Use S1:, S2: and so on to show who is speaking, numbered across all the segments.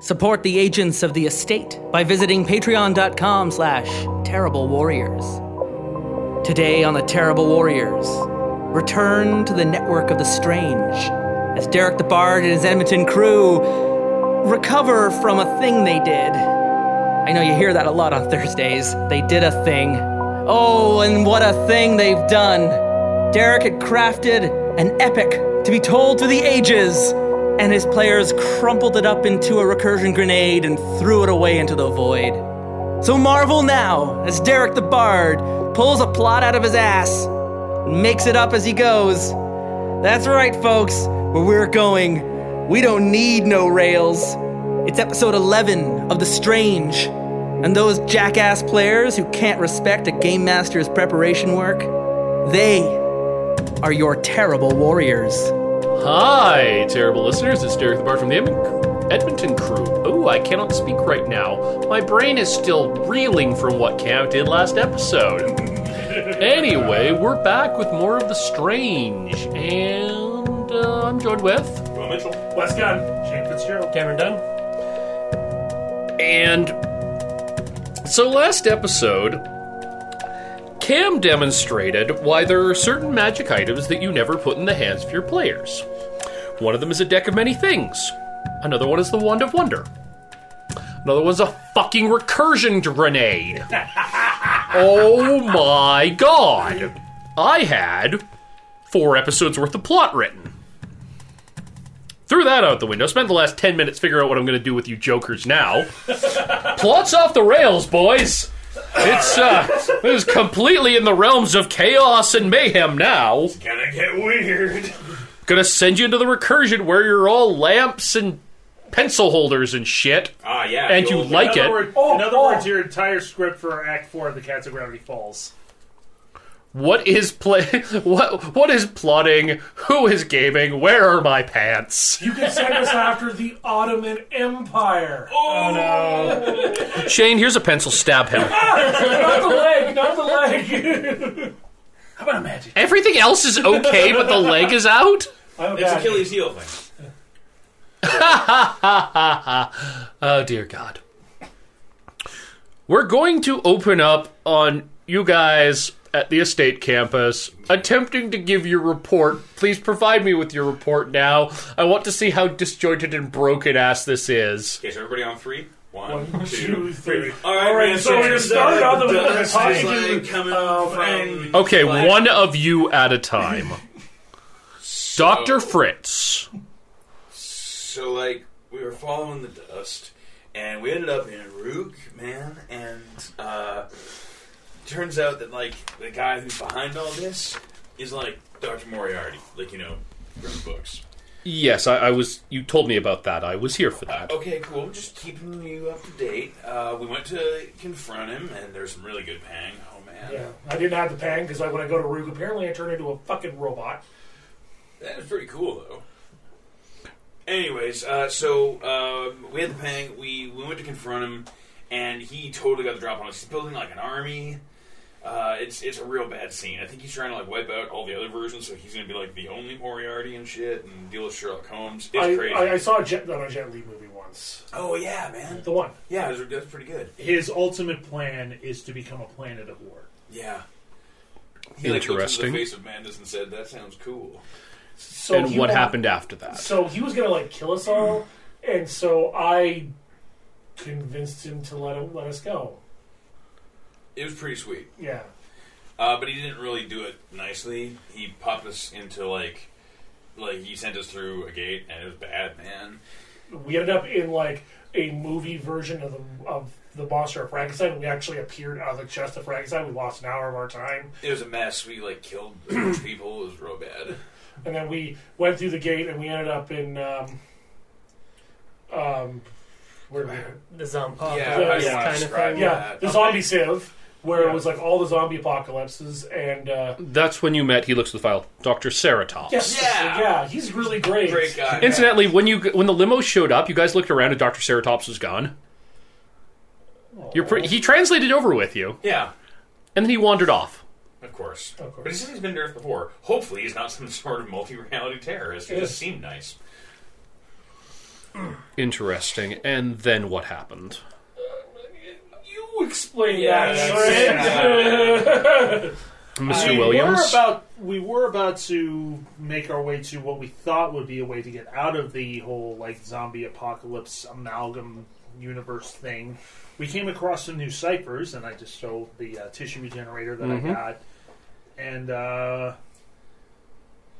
S1: Support the agents of the estate by visiting patreon.com slash terrible warriors. Today on the Terrible Warriors, return to the network of the strange as Derek the Bard and his Edmonton crew recover from a thing they did. I know you hear that a lot on Thursdays. They did a thing. Oh, and what a thing they've done. Derek had crafted an epic to be told through the ages, and his players crumpled it up into a recursion grenade and threw it away into the void. So marvel now as Derek the Bard pulls a plot out of his ass, and makes it up as he goes. That's right, folks, where we're going, we don't need no rails. It's episode 11 of The Strange. And those jackass players who can't respect a game master's preparation work, they are your terrible warriors.
S2: Hi, terrible listeners. It's Derek the Bard from the Edmon- Edmonton crew. Oh, I cannot speak right now. My brain is still reeling from what Cam did last episode. anyway, we're back with more of the strange, and uh, I'm joined with.
S3: Will Mitchell, Wes Gunn, Shane Fitzgerald, Cameron Dunn.
S2: And so last episode, Cam demonstrated why there are certain magic items that you never put in the hands of your players. One of them is a deck of many things. Another one is the Wand of Wonder. Another one's a fucking recursion grenade. oh my god. I had four episodes worth of plot written. Threw that out the window. Spent the last 10 minutes figuring out what I'm going to do with you jokers now. Plots off the rails, boys. It's uh, it is completely in the realms of chaos and mayhem now.
S3: Gonna get weird.
S2: Gonna send you into the recursion where you're all lamps and pencil holders and shit.
S3: Ah, yeah.
S2: And you like
S4: In
S2: it.
S4: other, word-
S3: Oh,
S4: in other
S3: oh.
S4: words, your entire script for Act Four of The Cats of Gravity Falls.
S2: What is play? What what is plotting? Who is gaming? Where are my pants?
S5: You can send us after the Ottoman Empire.
S4: Oh no!
S2: Shane, here's a pencil. Stab him.
S5: Not the leg, not the leg. How about a magic?
S2: Everything else is okay, but the leg is out.
S5: I'm a
S3: It's
S5: bad-
S3: Achilles heel thing.
S2: Oh dear God. We're going to open up on you guys at the estate campus, attempting to give your report. Please provide me with your report now. I want to see how disjointed and broken ass this is.
S3: Okay, so everybody on three? One, two, three.
S4: Two, three.
S3: All right,
S4: All right,
S3: man,
S4: so we
S3: it's-
S4: started
S3: uh,
S4: on the-
S3: dust
S4: the
S3: is,
S4: talking
S3: like,
S4: to-
S3: coming
S4: uh,
S3: from-
S2: Okay, one of you at a time. Dr. Fritz.
S3: So like we were following the dust, and we ended up in Rook, man. And uh, turns out that like the guy who's behind all this is like Dr. Moriarty, like you know, from the books.
S2: Yes, I, I was. You told me about that. I was here for that.
S5: Oh,
S3: Okay, cool. Just keeping you up to date. Uh, we went to confront him, and there's some really good pang. Oh man,
S4: Yeah.
S5: I didn't have the pang because like, when I go to Rug, apparently I turn into a fucking robot.
S3: that was pretty cool though. Anyways, uh, so um, we had the pang. We we went to confront him, and he totally got the drop on us. He's building like an army. Uh, it's it's a real bad scene. I think he's trying to like wipe out all the other versions, so he's gonna be like the only Moriarty and shit, and deal with Sherlock Holmes. It's
S5: I,
S3: crazy.
S5: I, I saw a Jet, not a Jet Li movie once.
S3: oh yeah, man.
S5: The one.
S3: Yeah, that's, that's pretty good.
S4: His ultimate plan is to become a planet of war.
S3: Yeah. He like, looked into
S2: Interesting.
S3: the face of madness and said, "That sounds cool."
S5: So
S2: and
S5: he
S2: what
S5: wa-
S2: happened after that?
S5: So he was gonna like kill us all, and so I convinced him to let him let us go.
S3: It was pretty sweet.
S5: Yeah.
S3: Uh, but he didn't really do it nicely. He popped us into like, like he sent us through a gate, and it was bad, man.
S5: we ended up in like a movie version of the of the monster of Frankenstein. We actually appeared out of the chest of Frankenstein. We lost an hour of our time,
S3: It was a mess. We like killed a bunch of people. It was real bad.
S5: and then we went through the gate, and we ended up in um, um, where did we-
S6: the zombie
S3: Yeah,
S5: I
S6: apocalypse
S5: just
S3: wanna
S6: kind of
S3: describe
S6: thing.
S3: that.
S5: yeah, the
S3: Okay.
S5: zombie civ, where it was like all the zombie apocalypses, and uh,
S2: That's when you met. He looks at the file. Dr. Ceratops.
S5: yes,
S3: Yeah.
S5: yeah, he's really great.
S3: Great guy.
S2: Incidentally, when you when the limo showed up, you guys looked around and Dr. Ceratops was gone. You're pre- he translated over with you,
S3: Yeah,
S2: and then he wandered off.
S3: of course.
S5: Of course.
S3: But he said he's been to Earth before. Hopefully, he's not some sort of multi-reality terrorist. He
S5: Yeah.
S3: just seemed nice.
S2: Interesting. And then what happened?
S5: You explain
S3: Yeah,
S5: that,
S3: that's-
S5: friend.
S2: Mr.
S4: We
S2: Williams?
S4: were about we were about to make our way to what we thought would be a way to get out of the whole like zombie apocalypse amalgam universe thing. We came across some new ciphers, and I just stole the uh, tissue regenerator that I got. And uh,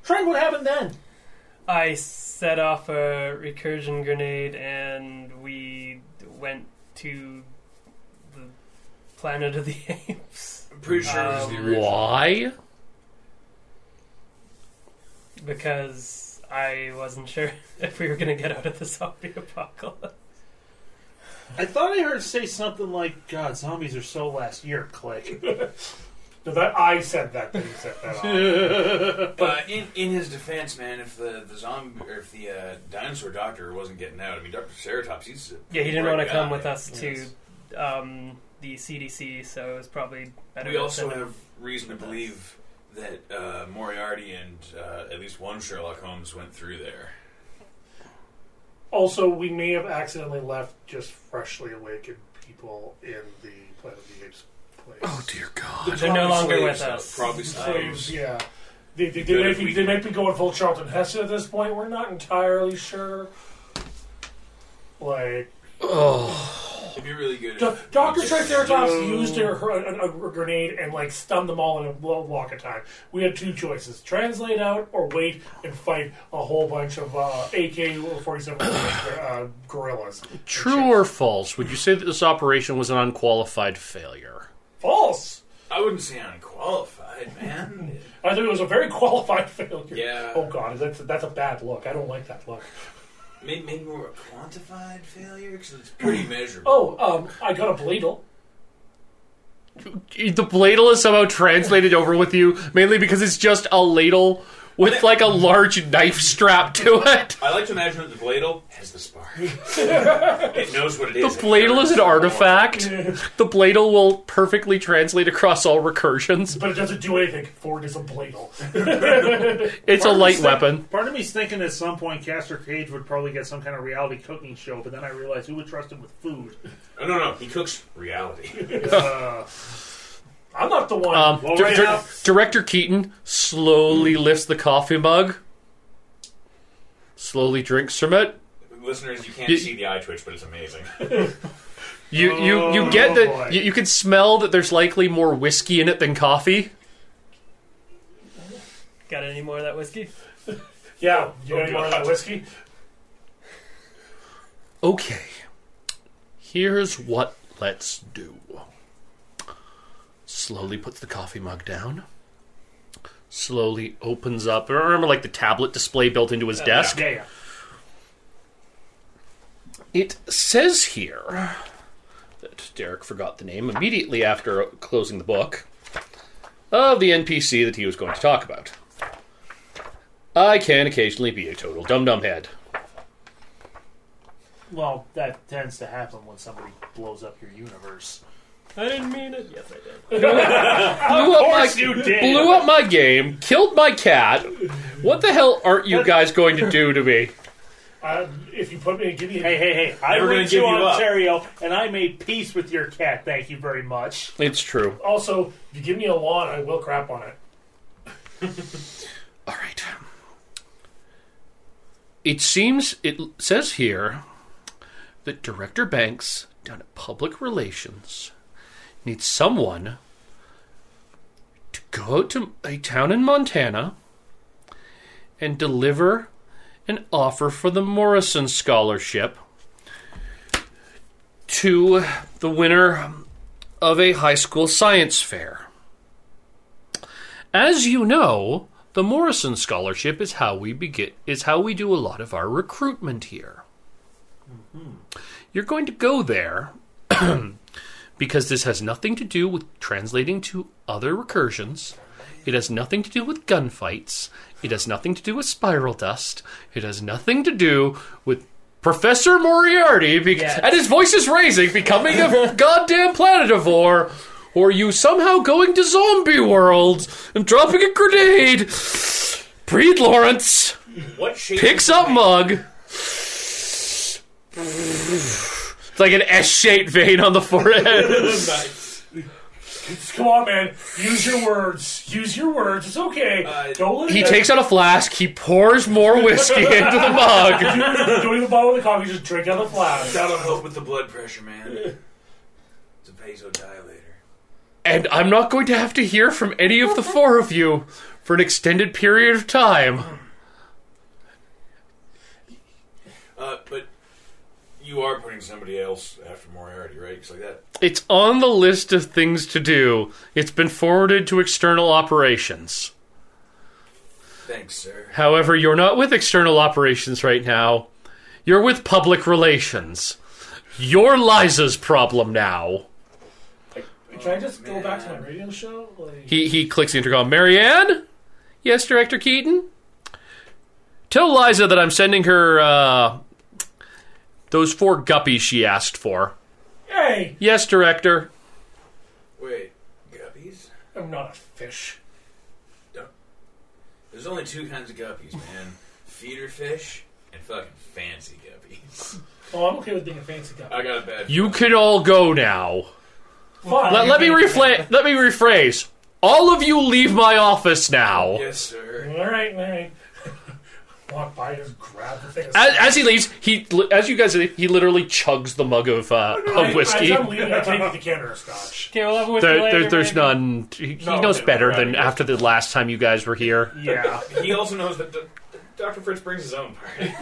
S4: Trent, what happened then?
S6: I set off a recursion grenade and we went to the planet of the apes um,
S3: I'm pretty sure it was the original.
S2: Why?
S6: because I wasn't sure if we were going to get out of the zombie apocalypse.
S4: I thought I heard say something like, "God, zombies are so last year." Click.
S5: No, that I said that. That you set that off.
S3: Uh, in in his defense, man, if the the zombie or if the uh, dinosaur doctor wasn't getting out, I mean, Doctor Ceratops, he's a
S6: Yeah, he didn't
S3: bright
S6: want to come
S3: guy.
S6: with us
S5: Yes.
S6: to um, the CDC, so it was probably better.
S3: We
S6: to
S3: also
S6: send him.
S3: have reason to believe that uh, Moriarty and uh, at least one Sherlock Holmes went through there.
S5: Also, we may have accidentally left just freshly awakened people in the Planet of the Apes place.
S4: Oh,
S2: dear God.
S6: They're no
S3: Probably
S6: longer
S3: slaves,
S6: with
S3: though.
S6: us.
S3: Probably slaves.
S5: So, yeah. They, they, they,
S3: Good
S5: might
S3: if
S5: be,
S3: we-
S5: they might be going full Charlton Heston at this point. We're not entirely sure. Like,
S3: It'd be really good.
S5: Do-
S3: if-
S5: Dr. Triceratops used her, her- a, a- a grenade and, like, stunned them all in a wa- walk of time. We had two choices translate out or wait and fight a whole bunch of uh, AK 47 uh, gorillas.
S2: True or false? Would you say that this operation was an unqualified failure?
S5: False!
S3: I wouldn't say unqualified, man.
S5: I think it was a very qualified failure.
S3: Yeah.
S5: Oh god, that's that's a bad look. I don't like that look.
S3: maybe, maybe more a quantified failure because it's pretty measurable.
S5: Oh, um, I got a bladle.
S2: The ladle is somehow translated over with you, mainly because it's just a ladle with like a large knife strapped to it.
S3: I like to imagine that the bladle has the spark. it knows what it is.
S2: The bladle is an artifact. The bladle will perfectly translate across all recursions.
S5: But it doesn't do anything. Ford is a bladle.
S2: It's a light weapon.
S4: Part of me's thinking at some point Caster Cage would probably get some kind of reality cooking show, but then I realized who would trust him with food.
S3: Oh, no, no, he cooks reality.
S5: I'm not the one.
S2: Um,
S4: Well,
S2: dir-
S4: right
S2: dir-
S4: now-
S2: Director Keaton slowly lifts the coffee mug, slowly drinks from it.
S3: Listeners, you can't
S2: You-
S3: see the eye twitch, but it's amazing.
S2: You you you get
S5: boy.
S4: Oh,
S2: that you, you can smell that there's likely more whiskey in it than coffee.
S6: Got any more of that whiskey?
S5: yeah, you want
S3: Oh,
S5: any more of
S3: God.
S5: that whiskey?
S2: Okay. Here's what let's do. Slowly puts the coffee mug down. Slowly opens up. Remember, like the tablet display built into his desk.
S4: Yeah, yeah.
S2: It says here that Derek forgot the name immediately after closing the book of the NPC that he was going to talk about. I can occasionally be a total dum dum head.
S4: Well, that tends to happen when somebody blows up your universe.
S6: I didn't mean it. Yes, I did.
S2: blew up my,
S4: you did.
S2: blew up my game, killed my cat. What the hell aren't you guys going to do to me?
S5: Uh, if you put me, give me.
S4: Hey, hey, hey! I
S3: Never gonna
S4: went
S3: give
S4: to
S3: you up.
S4: Ontario and I made peace with your cat. Thank you very much.
S2: It's true.
S5: Also, if you give me a lawn, I will crap on it.
S2: All right. It seems it l- says here that Director Banks down at Public Relations needs someone to go out to a town in Montana and deliver an offer for the Morrison Scholarship to the winner of a high school science fair. As you know, the Morrison Scholarship is how we begin is how we do a lot of our recruitment here. You're going to go there because this has nothing to do with translating to other recursions. It has nothing to do with gunfights. It has nothing to do with spiral dust. It has nothing to do with Professor Moriarty bec-
S6: Yes.
S2: and his voice is raising, becoming a goddamn planetivore, or you somehow going to zombie world and dropping a grenade. Breed Lawrence
S3: What shape?
S2: picks up Mug, It's like an S-shaped vein on the forehead.
S5: Nice. Come on, man. Use your words. Use your words. It's okay.
S3: Uh,
S5: Don't let it
S2: he
S5: get-
S2: takes out a flask. He pours more whiskey into the mug.
S5: Don't even bother with the coffee. Just drink out of the flask.
S3: That'll help with the blood pressure, man. It's a vasodilator.
S2: And I'm not going to have to hear from any of the four of you for an extended period of time.
S3: Uh, but you are putting somebody else after Moriarty, right? It's like that.
S2: It's on the list of things to do. It's been forwarded to external operations.
S3: Thanks, sir.
S2: However, you're not with external operations right now. You're with public relations. You're Liza's problem now.
S5: Can I just go back to my radio show? Like,
S2: He he clicks the intercom. Marianne? Yes, Director Keaton? Tell Liza that I'm sending her uh those four guppies she asked for.
S5: hey,
S2: Yes, Director.
S3: Wait, guppies?
S5: I'm not a fish.
S3: There's only two kinds of guppies, man. Feeder fish and fucking fancy guppies.
S5: Oh, I'm okay with being a fancy guy.
S3: I got a bad.
S2: You can all go now.
S5: Fine.
S2: Let, let me refla- let me rephrase. All of you leave my office now.
S3: Yes, sir.
S5: All right, all right. Walk by, just grab the thing.
S2: As, as he leaves, he as you guys he literally chugs the mug of uh,
S5: I-
S2: of whiskey.
S5: As I'm leaving, I take the decanter of scotch.
S6: Okay, we'll have a whiskey
S2: There,
S6: later,
S2: there, there's
S6: maybe.
S2: none. He, he
S5: No,
S2: knows
S5: okay,
S2: better
S5: right,
S2: than
S5: right.
S2: after the last time you guys were here.
S4: Yeah.
S3: He also knows that the, Dr. Fritz brings his own party.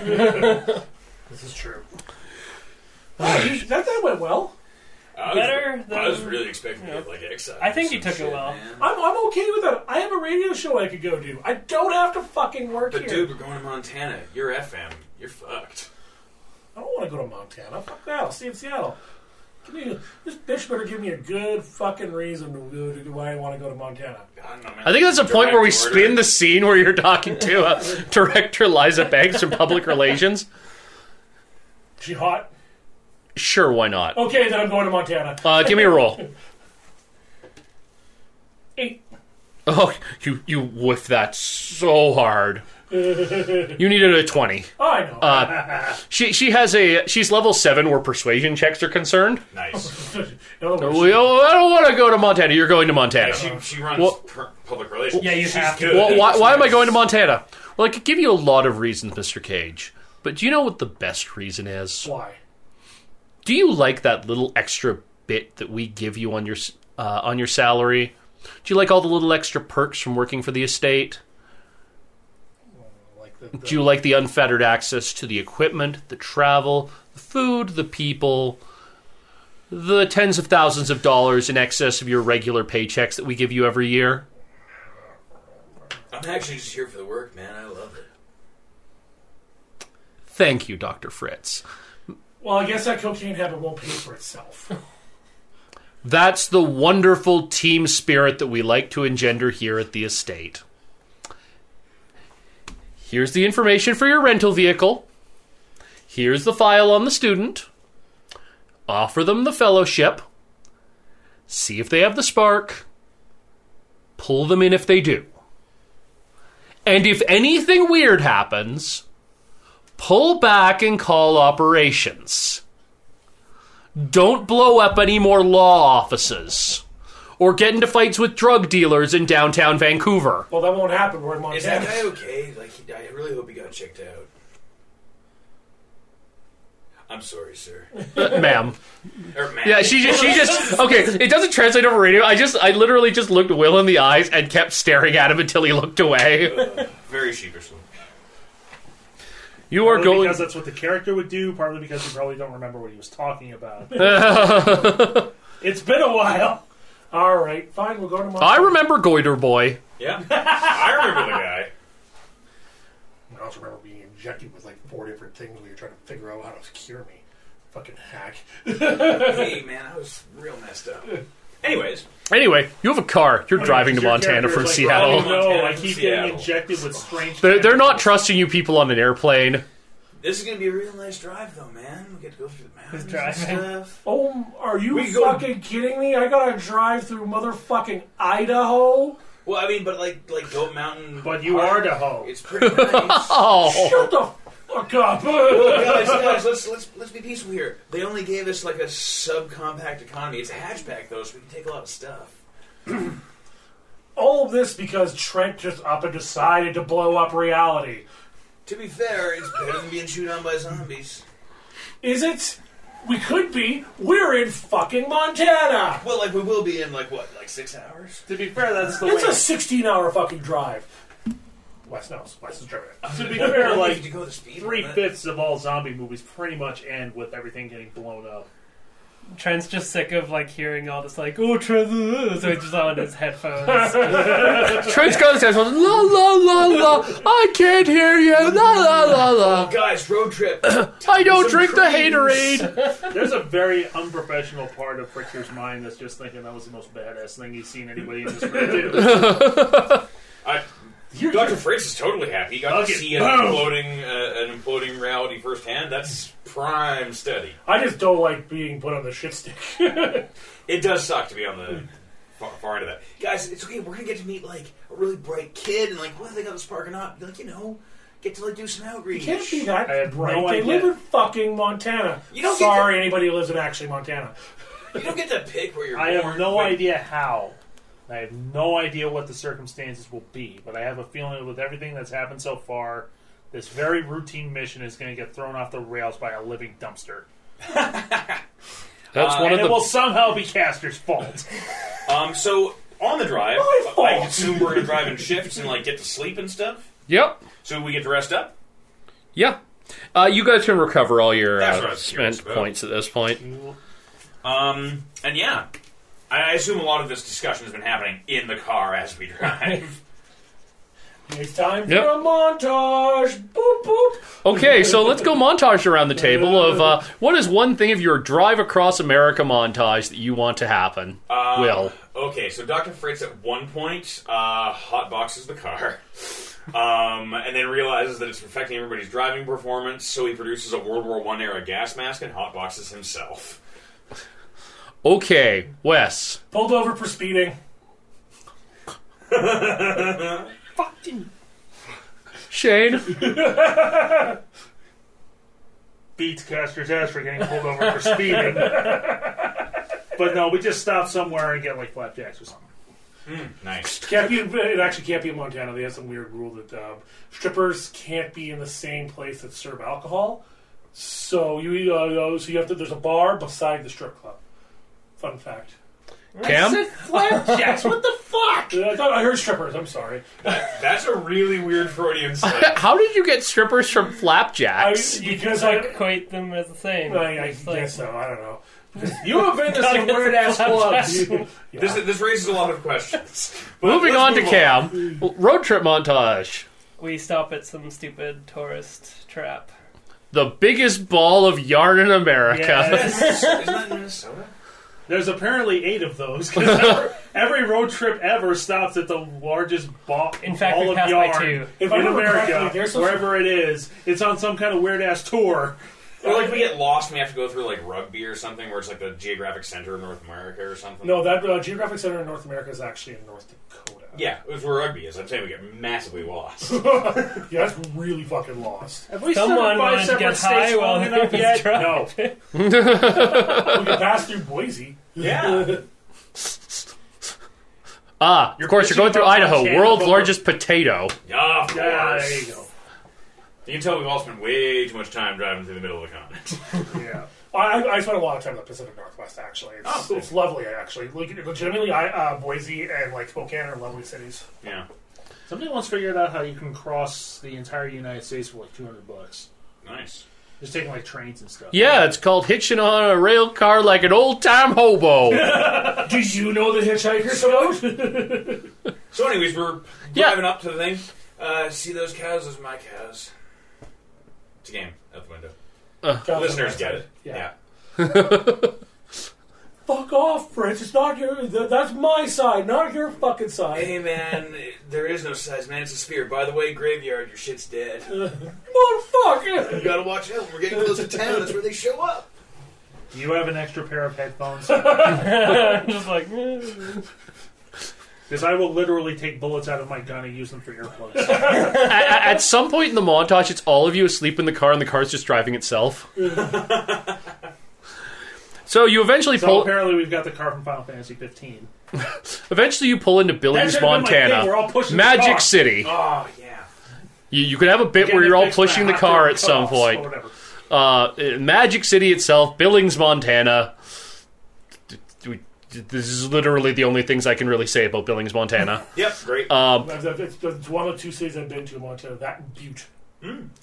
S5: This is true. Oh, you- that, that went well.
S3: I was,
S6: Better
S3: I was
S6: than-
S3: really expecting to get like exiled.
S6: I think
S3: or
S6: you
S3: some
S6: took it
S3: shit,
S6: well.
S3: man.
S5: I'm, I'm okay with that. I have a radio show I could go to. I don't have to fucking work
S3: But
S5: here.
S3: dude, we're going to Montana. You're FM. You're fucked.
S5: I don't want to go to Montana. Fuck that. I'll stay in Seattle. Give me, this bitch better give me a good fucking reason to, go to why I want to go to Montana.
S3: I don't know, man.
S2: I think that's a point where we
S3: Direct
S2: spin
S3: order.
S2: the scene where you're talking to uh, director Liza Banks from Public Relations.
S5: She hot?
S2: Sure, why not?
S5: Okay, then I'm going to Montana.
S2: Uh, give me a roll.
S5: Eight.
S2: Oh, you you whiff that so hard. You needed a twenty.
S5: Oh, I know.
S2: Uh, She she has a she's level seven where persuasion checks are concerned.
S3: Nice.
S5: In other words,
S2: We, oh, I don't want to go to Montana. You're going to Montana.
S3: she, she runs
S2: Well-
S3: per- public relations.
S5: Yeah, you
S3: She's
S5: have to.
S3: good.
S2: Well, why, why am I going to Montana? Well, I could give you a lot of reasons, Mr. Cage, but do you know what the best reason is?
S5: why?
S2: Do you like that little extra bit that we give you on your s- uh, on your salary? Do you like all the little extra perks from working for the estate?
S5: Like the, the,
S2: Do you like the unfettered access to the equipment, the travel, the food, the people, the tens of thousands of dollars in excess of your regular paychecks that we give you every year?
S3: I'm actually just here for the work, man. I love it.
S2: Thank you, Dr. Fritz.
S5: well, I guess that cocaine habit won't pay for itself.
S2: That's the wonderful team spirit that we like to engender here at the estate. Here's the information for your rental vehicle. Here's the file on the student. Offer them the fellowship. See if they have the spark. Pull them in if they do. And if anything weird happens, pull back and call operations don't blow up any more law offices or get into fights with drug dealers in downtown Vancouver.
S5: well, that won't happen. We're in
S3: Is that
S5: Montana.
S3: guy okay? Like, he, I really hope he got checked out. I'm sorry, sir.
S2: Uh, ma'am.
S3: Or man.
S2: Yeah, she just, she just, okay, it doesn't translate over radio. I just, I literally just looked Will in the eyes and kept staring at him until he looked away.
S3: very sheepishly.
S2: You are
S4: Partly
S2: going,
S4: because that's what the character would do, partly because you probably don't remember what he was talking about. it's been a while.
S5: All right, fine. We'll go to Montana.
S2: I remember Goiter Boy.
S3: Yeah, I remember the guy.
S5: I also remember being injected with like four different things when you're trying to figure out how to cure me. Fucking hack.
S3: Hey, man, I was real messed up. Anyways,
S2: Anyway, you have a car. You're driving to
S4: Your
S2: Montana
S4: character
S2: from
S4: is like,
S2: Seattle.
S4: Oh, no, I
S3: Montana
S4: keep
S3: from
S4: getting
S3: Seattle.
S4: injected with strange.
S2: They're, they're not trusting you people on an airplane.
S3: this is gonna be a real nice drive, though, man. We get to go through the mountains and
S6: driving.
S3: stuff.
S5: Oh, are you
S3: We go-
S5: fucking kidding me? I gotta drive through motherfucking Idaho.
S3: Well, I mean, but like, like Goat Mountain.
S4: But you
S3: Park,
S4: are to hoe.
S3: It's pretty nice.
S2: Oh,
S5: Shut the. Fuck up.
S3: guys, guys, let's let's let's be peaceful here. They only gave us like a subcompact economy. It's a hatchback though, so we can take a lot of stuff.
S5: All of this because Trent just up and decided to blow up reality.
S3: To be fair, it's better than being chewed on by zombies.
S5: Is it? We could be. We're in fucking Montana.
S3: Well, like we will be in like what, like six hours?
S4: To be fair, that's the
S5: It's a
S4: way.
S5: 16 hour fucking drive. West knows. West is German.
S4: to be fair,
S3: Did
S4: like
S3: you go the speed
S4: three
S3: limit?
S4: fifths of all zombie movies pretty much end with everything getting blown up.
S6: Trent's just sick of like hearing all this like oh Trent, uh," so he's just on his headphones.
S2: Trent's got his headphones. La la la la. I can't hear you. La la la la.
S3: Guys, road trip.
S2: I don't
S3: Some
S2: drink the
S3: creams.
S2: haterade.
S4: There's a very unprofessional part of Fritzer's mind that's just thinking that was the most badass thing he's seen anybody in this room do.
S3: I, Dr. Fritz is totally happy. He got
S4: Okay,
S3: to see an
S4: boom.
S3: imploding, uh, an imploding reality firsthand. That's prime study.
S5: I just don't like being put on the shit stick.
S3: It does suck to be on the far, far end of that. Guys, it's okay. We're gonna get to meet like a really bright kid, and like whether they got this park or not, like you know, get to like do some outreach.
S5: Can't be that
S4: I have no
S5: bright. they
S4: idea.
S5: live in fucking Montana.
S3: You don't get
S5: Sorry, anybody who lives in actually Montana.
S3: You don't get to pick where you're.
S4: I have
S3: born.
S4: no
S3: Wait,
S4: idea how. I have no idea what the circumstances will be, but I have a feeling with everything that's happened so far, this very routine mission is going to get thrown off the rails by a living dumpster.
S2: That's one
S4: And
S2: of
S4: it will
S2: the.
S4: somehow be Caster's fault.
S3: Um, so on the drive,
S5: My fault.
S3: I assume we're gonna drive in shifts and like get to sleep and stuff.
S2: Yep.
S3: So we get to rest up.
S2: Yeah. Uh, you guys can recover all your
S3: That's what I
S2: uh,
S3: was curious
S2: spent
S3: about.
S2: points at this point.
S3: Um, and yeah, I I assume a lot of this discussion has been happening in the car as we drive.
S5: It's time
S2: Yep.
S5: for a montage. Boop boop.
S2: Okay, so let's go montage around the table of uh, what is one thing of your drive across America montage that you want to happen?
S3: Uh,
S2: Will.
S3: Okay, so Dr. Fritz at one point uh, hotboxes the car. Um, and then realizes that it's affecting everybody's driving performance, so he produces a World War One era gas mask and hotboxes himself.
S2: Okay, Wes.
S5: Pulled over for speeding.
S2: Shane.
S4: Beats Caster's ass for getting pulled over for speeding. but no, we just stop somewhere and get like flapjacks or something.
S3: Nice.
S5: Can't be. It actually can't be in Montana. They have some weird rule that uh, strippers can't be in the same place that serve alcohol. So you uh, so you have to. There's a bar beside the strip club. Fun fact.
S2: Cam?
S5: Yes. what the fuck? I thought I heard strippers. I'm sorry.
S3: That's a really weird Freudian slip.
S2: How did you get strippers from
S5: I,
S2: flapjacks?
S5: because
S6: I
S5: I,
S6: equate them as the same.
S5: I, I
S6: It's like-
S5: guess so. I don't know.
S3: You have been to some weird ass clubs. This, this raises a lot of questions. But
S2: Moving
S3: let's
S2: on to
S3: move
S2: Cam. Road trip montage.
S6: we stop at some stupid tourist trap.
S2: The biggest ball of yarn in America.
S4: Yes.
S3: Isn't that in Minnesota?
S4: There's apparently eight of those because every, every road trip ever stops at the largest ball,
S6: In fact, we
S4: ball of
S6: passed by
S4: yarn
S6: two.
S5: If I
S4: in
S5: remember
S4: America,
S5: correctly, there's some-
S4: wherever it is. It's on some kind of weird ass tour.
S3: Or like we get lost and we have to go through like rugby or something, where it's like the geographic center of North America or something.
S5: No, that uh, geographic center in North America is actually in North Dakota.
S3: Yeah, it's where rugby is. I'm saying we get massively lost.
S5: Yeah, that's really fucking lost.
S4: Have we
S6: Someone
S4: stood by
S6: wanted to
S4: separate
S6: get
S4: states
S6: high while
S4: long
S6: he
S4: enough
S6: was
S4: yet?
S6: drunk.
S4: No.
S5: we could pass through Boise.
S3: yeah.
S2: Ah, of course, you're going through
S4: bitching about
S2: Idaho,
S4: Montana,
S2: world's
S4: but-
S2: largest potato.
S3: Yeah, of
S4: Yeah, there
S3: course.
S4: you go.
S3: You can tell we've all spent way too much time driving through the middle of the continent.
S4: Yeah.
S5: I, I spent a lot of time in the Pacific Northwest. Actually, it's,
S3: Oh, cool.
S5: it's lovely. Actually, like legitimately, I, uh, Boise and like Spokane are lovely cities.
S3: yeah.
S4: Somebody once figured out how you can cross the entire United States for like 200 bucks.
S3: Nice.
S4: Just taking like trains and stuff.
S2: Yeah, it's called hitching on a rail car like an old time hobo.
S5: Do you know the Hitchhiker's Note?
S3: So, anyways, we're
S2: Yeah.
S3: driving up to the thing. Uh, see those cows? Those are my cows. It's a game out the window. Listeners get it.
S5: Yeah.
S3: yeah.
S5: Fuck off, Prince. It's not your. Th- that's my side, not your fucking side.
S3: Hey man, there is no size, man. It's a sphere. By the way, graveyard, your shit's dead. You
S5: Motherfucker.
S3: gotta watch out. We're getting close to town. That's where they show up.
S4: Do you have an extra pair of headphones?
S6: I'm just like, eh.
S4: Because I will literally take bullets out of my gun and use them for earplugs.
S2: at, at some point in the montage, it's all of you asleep in the car, and the car's just driving itself. so you eventually
S4: so
S2: pull.
S4: apparently we've got the car from Final Fantasy 15.
S2: Eventually, you pull into Billings,
S4: should've been my thing, We're
S2: Montana,
S4: all pushing the
S2: Magic
S4: car.
S2: City.
S3: Oh yeah.
S2: You, you could have a bit
S4: Getting
S2: where
S4: it
S2: you're all
S4: fixed by
S2: pushing the
S4: hot
S2: car
S4: dog
S2: at some
S4: cutoffs Or
S2: point.
S4: whatever.
S2: Uh, Magic City itself, Billings, Montana. D- d- we- d- This is literally the only things I can really say about Billings, Montana.
S3: Yep. Great.
S2: Um,
S5: That's- that's- It's, it's one of two cities I've been to in Montana. That and Butte.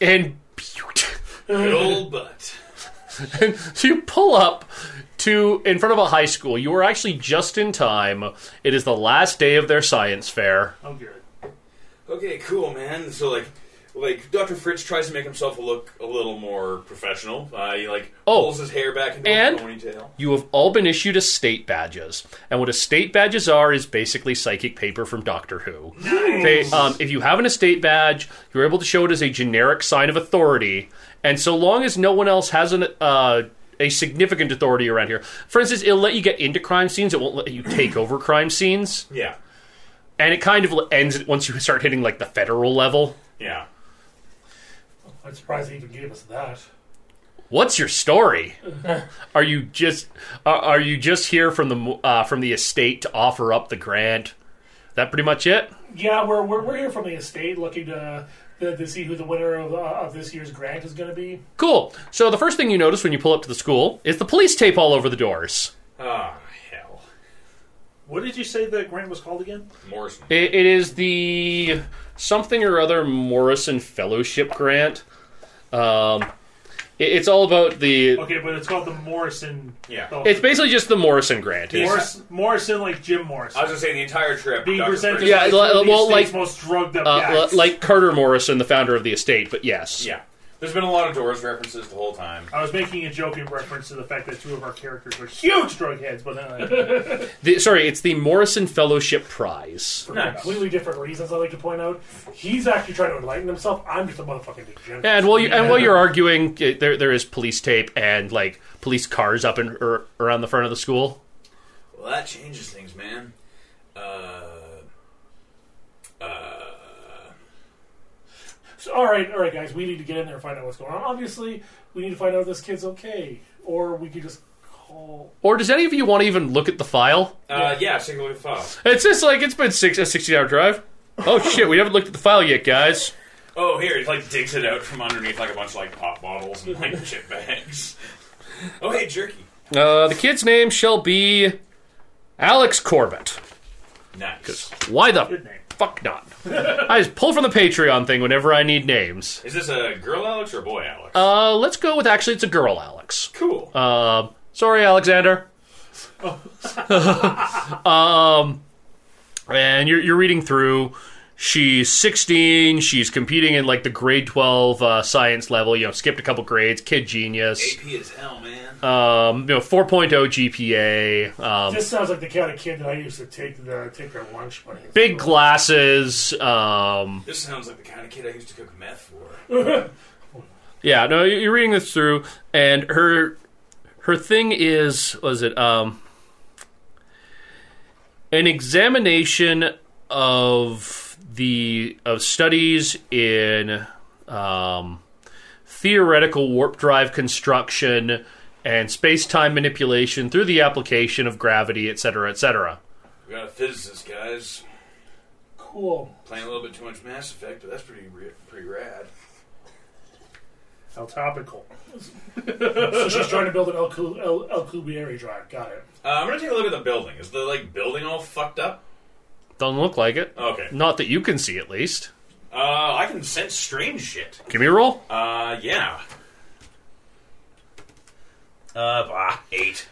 S2: and Butte.
S3: Good old butt.
S2: So you pull up to in front of a high school. You are actually just in time. It is the last day of their science fair.
S4: Oh, good.
S3: Okay, cool, man. So like, like Dr. Fritz tries to make himself look a little more professional. Uh, he like
S2: Oh.
S3: pulls his hair back into
S2: And-
S3: a ponytail.
S2: You have all been issued estate badges, and what estate badges are is basically psychic paper from Doctor Who. They, um, if you have an estate badge, you're able to show it as a generic sign of authority, and so long as no one else has an uh, a significant authority around here. For instance, it'll let you get into crime scenes. It won't let you take over crime scenes,
S3: Yeah,
S2: and it kind of ends once you start hitting like the federal level.
S3: yeah.
S5: I'm surprised they even gave us that.
S2: What's your story? are you just are, are you just here from the mo- uh, from the estate to offer up the grant? That pretty much it.
S5: Yeah, we're, we're, we're here from the estate looking to, to, to see who the winner of, uh, of this year's grant is going to be.
S2: Cool. So the first thing you notice when you pull up to the school is the police tape all over the doors.
S3: Ah, hell,
S4: What did you say the grant was called again?
S3: Morrison.
S2: It, it is the something or other Morrison Fellowship Grant. Um, it- it's all about the.
S4: Okay, but it's called the Morrison.
S3: Yeah.
S5: Oh,
S4: Fellowship.
S2: It's basically just the Morrison Grant. It's-
S4: Morris, Morrison, like Jim Morrison.
S3: I was gonna say the entire trip.
S4: being
S3: Dr.
S4: presented
S3: Fritz.
S2: Yeah,
S4: as
S2: li-
S4: one of the
S2: well,
S4: estate's
S2: like-
S4: most drugged up
S2: uh,
S4: guys.
S2: li- like Carter Morrison, the founder of the estate, but yes.
S3: yeah. There's been a lot of doors references the whole time.
S4: I was making a joke in reference to the fact that two of our characters are huge drug heads, but uh,
S2: The, sorry, it's the Morrison Fellowship Prize.
S5: For
S3: Nice.
S5: completely different reasons, I like to point out. He's actually trying to enlighten himself. I'm just a motherfucking degenerate.
S2: And while you and while you're arguing, uh, there there is police tape and like police cars up and er, around the front of the school.
S3: Well, that changes things, man. Uh, uh,
S5: So, all right, all right, guys, we need to get in there and find out what's going on. Obviously, we need to find out if this kid's okay, or we could just call.
S2: Or does any of you want to even look at the file?
S3: uh, yeah, take a look at the file.
S2: It's just like it's been six a sixteen hour drive. Oh shit, we haven't looked at the file yet, guys.
S3: Oh, here he like digs it out from underneath like a bunch of like pop bottles and like chip bags. Oh, hey, jerky.
S2: Uh, the kid's name shall be Alex Corbett.
S3: Nice.
S2: Why the
S4: good name.
S2: fuck not? I just pull from the Patreon thing whenever I need names.
S3: Is this a girl Alex or a boy Alex?
S2: Uh, let's go with actually it's a girl, Alex.
S3: cool.
S2: Um, sorry, Alexander. um, and you're, you're reading through. She's 16. She's competing in like the grade 12 uh, science level. You know, skipped a couple grades. Kid genius.
S3: AP as hell, man.
S2: Um, you know, 4.0 GPA. Um,
S5: This sounds like the kind of kid that I used to take the take their lunch money.
S2: big glasses. Um,
S3: this sounds like the kind of kid I used to cook meth for.
S2: yeah. No, you- you're reading this through, and her her thing is was it um an examination of the of studies in um, theoretical warp drive construction and space time manipulation through the application of gravity, et cetera, et cetera.
S3: We got a physicist, guys.
S5: Cool.
S3: Playing a little bit too much Mass Effect, but that's pretty re- pretty rad.
S4: How topical.
S5: So she's trying to build an El, Cu- El, El Cubieri drive. Got it.
S3: Uh, I'm gonna take a look at the building. Is the like building all fucked up?
S2: Doesn't look like it.
S3: Okay.
S2: Not that you can see, at least.
S3: Uh, I can sense strange shit.
S2: Give me a roll.
S3: Uh, yeah. Uh, bah, eight.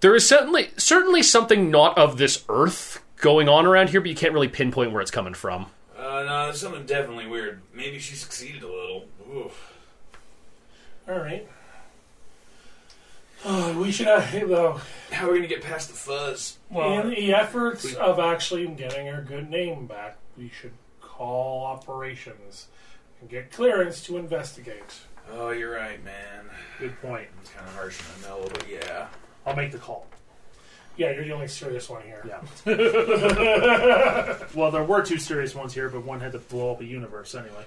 S2: There is certainly certainly something not of this earth going on around here, but you can't really pinpoint where it's coming from.
S3: Uh, no, there's something definitely weird. Maybe she succeeded a little. Oof.
S5: All right. Oh, we should have. Though,
S3: How are we gonna get past the fuzz?
S6: Well,
S5: in the efforts of actually getting her good name back, we should call operations and get clearance to investigate.
S3: Oh, you're right, man.
S4: Good point.
S3: It's kind of harsh on Mel, but yeah.
S4: I'll make the call.
S5: Yeah, you're the only serious one here.
S4: Yeah. well, there were two serious ones here, but one had to blow up a universe anyway.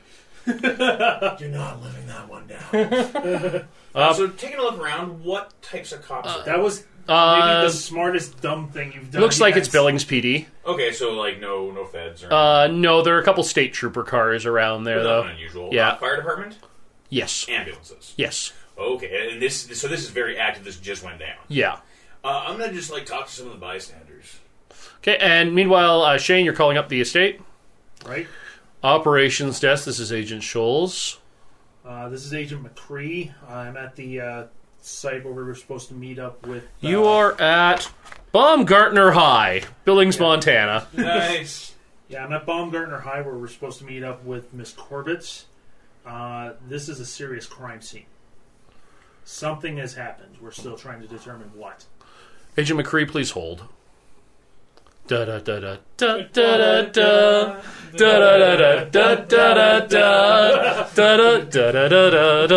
S5: You're not living that one down.
S2: Uh,
S3: so taking a look around, what types of cops? are there?
S4: That was maybe
S2: Uh,
S4: the smartest dumb thing you've done.
S2: looks like
S4: yet.
S2: it's Billings PD.
S3: okay, so like no, no feds or
S2: Uh, no, there are a couple state trooper cars around there,
S3: nothing
S2: though.
S3: unusual.
S2: yeah.
S3: Uh, fire department,
S2: Yes.
S3: ambulances.
S2: Yes.
S3: Okay, and this so this is very active. This just went down.
S2: Yeah.
S3: Uh, I'm gonna just like talk to some of the bystanders.
S2: Okay, and meanwhile, uh, Shane, you're calling up the estate.
S4: right.
S2: Operations desk, this is Agent Scholes.
S4: Uh, this is Agent McCree. I'm at the uh, site where we were supposed to meet up with. Uh,
S2: You are at Baumgartner High, Billings, Montana.
S3: Nice.
S4: Yeah, I'm at Baumgartner High where we're supposed to meet up with Miss Corbett. Uh, this is a serious crime scene. Something has happened. We're still trying to determine what.
S2: Agent McCree, please hold. Da da da da da da da da da da da da da da da da da da da da da da da da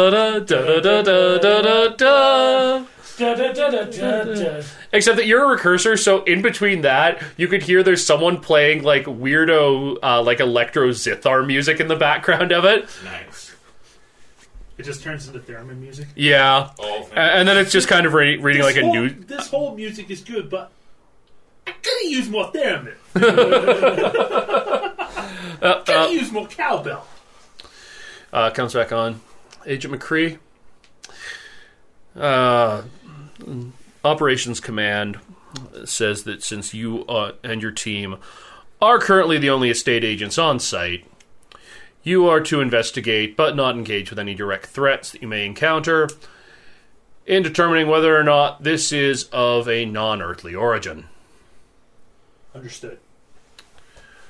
S2: da da da da
S5: Da, da, da, da, da, da.
S2: Except that you're a recursor, so in between that, you could hear there's someone playing like weirdo, uh, like electro zithar music in the background of it.
S3: nice.
S4: It just turns into theremin music.
S2: Yeah,
S3: Oh,
S2: A- Uh, and then it's just kind of re- reading like a
S4: whole,
S2: news.
S4: This whole music is good, but I could use more theremin.
S2: Uh,
S4: could use more cowbell.
S2: uh, comes back on. Agent McCree, uh, Operations Command says that since you uh, and your team are currently the only estate agents on site, you are to investigate but not engage with any direct threats that you may encounter in determining whether or not this is of a non earthly origin.
S4: Understood.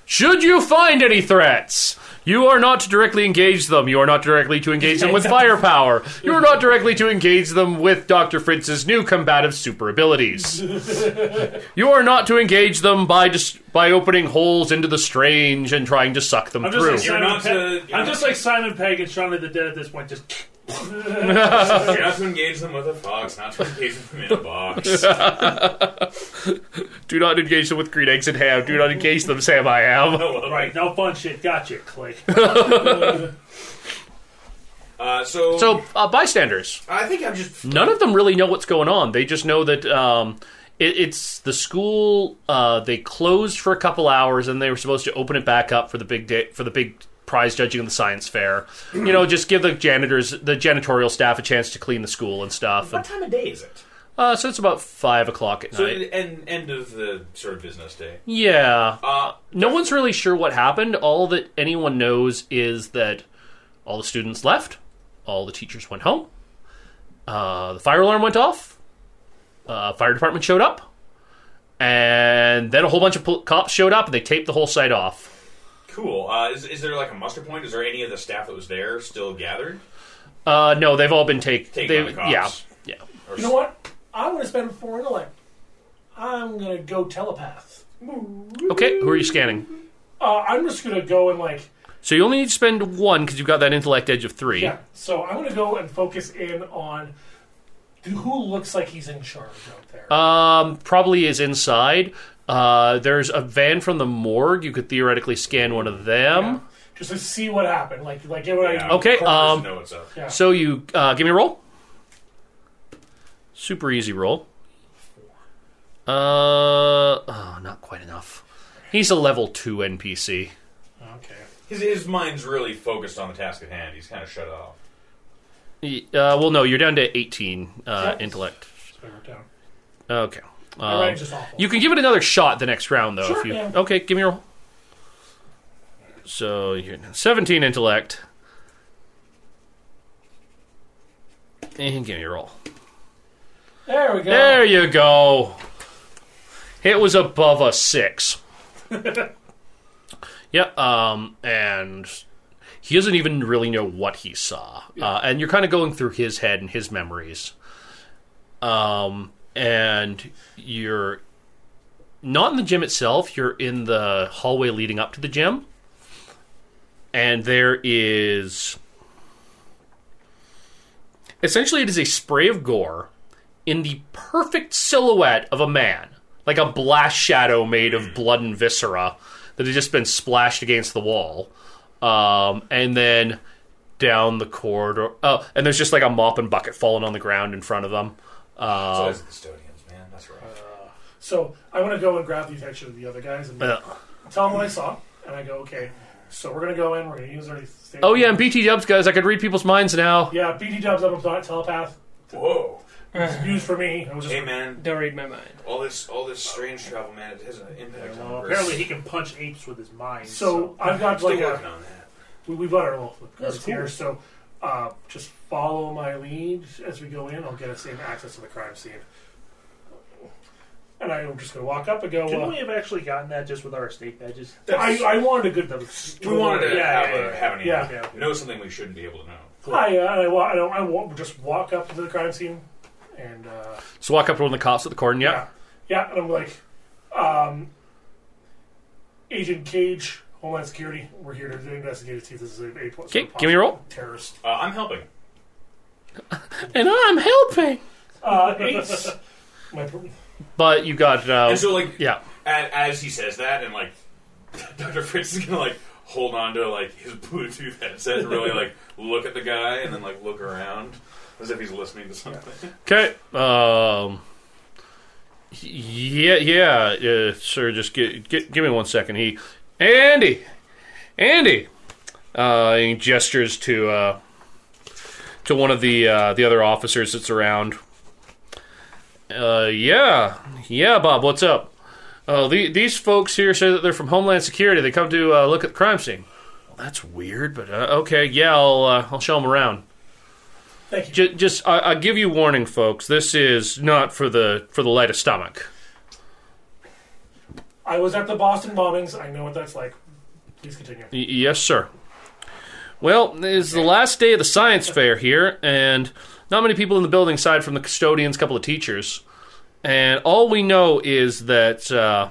S2: Should you find any threats, you are not to directly engage them. You are not directly to engage them with firepower. You are not directly to engage them with Dr. Fritz's new combative super abilities. You are not to engage them by just by opening holes into the strange and trying to suck them
S4: I'm just,
S2: through.
S4: like Simon
S3: not
S4: Pegg.
S3: to-
S4: I'm just like Simon Pegg and Shaun of the Dead at this point. Just
S2: uh,
S3: You're not to engage them with a fox, not to engage them in a box.
S2: Do not engage them with green eggs and ham. Do not engage them, Sam I am.
S4: right now, fun shit. Gotcha. Click.
S3: Uh, so,
S2: So uh, bystanders.
S3: I think I'm just
S2: none of them really know what's going on. They just know that um, it, it's the school. Uh, they closed for a couple hours, and they were supposed to open it back up for the big day for the big prize judging and the science fair. You know, just give the janitors, the janitorial staff, a chance to clean the school and stuff.
S3: What
S2: And,
S3: time of day is it?
S2: uh, so it's about five o'clock at
S3: So
S2: night.
S3: end end of the sort of business day.
S2: yeah,
S3: Uh,
S2: no one's really sure what happened. All that anyone knows is that all the students left, all the teachers went home, uh, the fire alarm went off, uh, fire department showed up, and then a whole bunch of pol- cops showed up and they taped the whole site off.
S3: cool. Uh, is, is there like a muster point? Is there any of the staff that was there still gathered?
S2: Uh, no, they've all been taken.
S3: Taken by the
S2: yeah,
S3: cops.
S2: yeah.
S3: Or
S5: You know what? I want to spend four intellect. I'm gonna go telepath.
S2: Okay, who are you scanning?
S5: Uh, I'm just gonna go and like
S2: So you only need to spend one because you've got that intellect edge of three.
S5: yeah. So I'm gonna go and focus in on who looks like he's in charge out there.
S2: Um, probably is inside. Uh, there's a van from the morgue. You could theoretically scan one of them.
S5: Yeah. Just to see what happened. Like like get what
S3: Yeah,
S5: I
S2: Okay,
S3: corpus
S2: um,
S3: know what's up.
S5: yeah.
S2: So you uh, give me a roll. Super easy roll. Uh, oh, not quite enough. He's a level two NPC.
S5: Oh, okay.
S3: His, his mind's really focused on the task at hand. He's kind of shut off.
S2: Y- Uh, well, no, you're down to eighteen uh,
S5: Yes.
S2: intellect.
S5: Just write it down.
S2: Okay.
S5: My
S2: Um,
S5: writing's just awful.
S2: you can give it another shot the next round, though. if
S5: Sure,
S2: you
S5: yeah.
S2: okay, give me a roll. So you're seventeen intellect. And give me a roll.
S5: there we go.
S2: There you go. It was above a six. yeah, um, and he doesn't even really know what he saw. Uh, and you're kind of going through his head and his memories. Um, and you're not in the gym itself, you're in the hallway leading up to the gym. And there is. Essentially, it is a spray of gore in the perfect silhouette of a man like a blast shadow made of blood and viscera that had just been splashed against the wall. Um, and then down the corridor. Oh, and there's just like a mop and bucket falling on the ground in front of them.
S3: So
S2: Um,
S3: it's the custodians, man. That's right.
S5: So I want to go and grab the attention of the other guys and
S2: uh,
S5: tell them what I saw. And I go, okay, so we're going to go in. We're going to use our. State
S2: oh, yeah, and BT Dubs, guys. I could read people's minds now.
S5: Yeah, BT Dubs, I'm not telepath.
S3: Whoa.
S5: It's used for me. I was just.
S3: Hey, man.
S6: Don't read my mind.
S3: All this, all this strange travel, man. It has an impact on
S4: Well,
S3: the
S4: apparently,
S3: person.
S4: he can uh, punch apes with his mind.
S5: So I've got
S3: Still
S5: like
S3: working
S5: a.
S3: on that.
S5: We, we've got our little cards
S4: That's
S5: here,
S4: cool.
S5: so uh, just follow my lead as we go in. I'll get us in access to the crime scene. And I'm just going to walk up and go.
S4: couldn't
S5: Uh,
S4: we have actually gotten that just with our estate badges?
S5: I, I wanted a good.
S3: We wanted to
S5: Yeah,
S3: have,
S5: yeah,
S3: a, have an
S5: yeah.
S3: idea. Know something we shouldn't be able to know.
S5: I, uh, I, wa- I, don't, I wa- just walk up to the crime scene and uh,
S2: So walk up to one of the cops at the corner. Yeah.
S5: yeah, and I'm like, um, Agent Cage, Homeland Security, we're here to investigate to see if this is a, a plus
S2: Okay, give me a roll.
S5: terrorist.
S3: Uh, I'm helping.
S2: And I'm helping.
S5: Uh, eights. My, pr-
S2: But you got. Uh,
S3: And so, like,
S2: yeah.
S3: a- as he says that, and like, Dr. Fritz is gonna like hold on to like his Bluetooth headset and really like look at the guy and then like look around as if he's listening to something.
S2: Okay. Um. Yeah, yeah, uh, sir. Just get, get, give me one second. He, Andy, Andy. Uh, he gestures to uh, to one of the uh, the other officers that's around. Uh, yeah, yeah, Bob. What's up? Uh, the, these folks here say that they're from Homeland Security. They come to uh, look at the crime scene. Well, that's weird, but uh, okay. Yeah, I'll uh, I'll show them around.
S5: thank you.
S2: Ju- just I, I give you warning, folks. This is not for the for the light of stomach.
S5: I was at the Boston bombings. I know what that's like. Please continue.
S2: Y- yes, sir. Well, it's the last day of the science fair here, and not many people in the building aside from the custodians, couple of teachers, and all we know is that uh,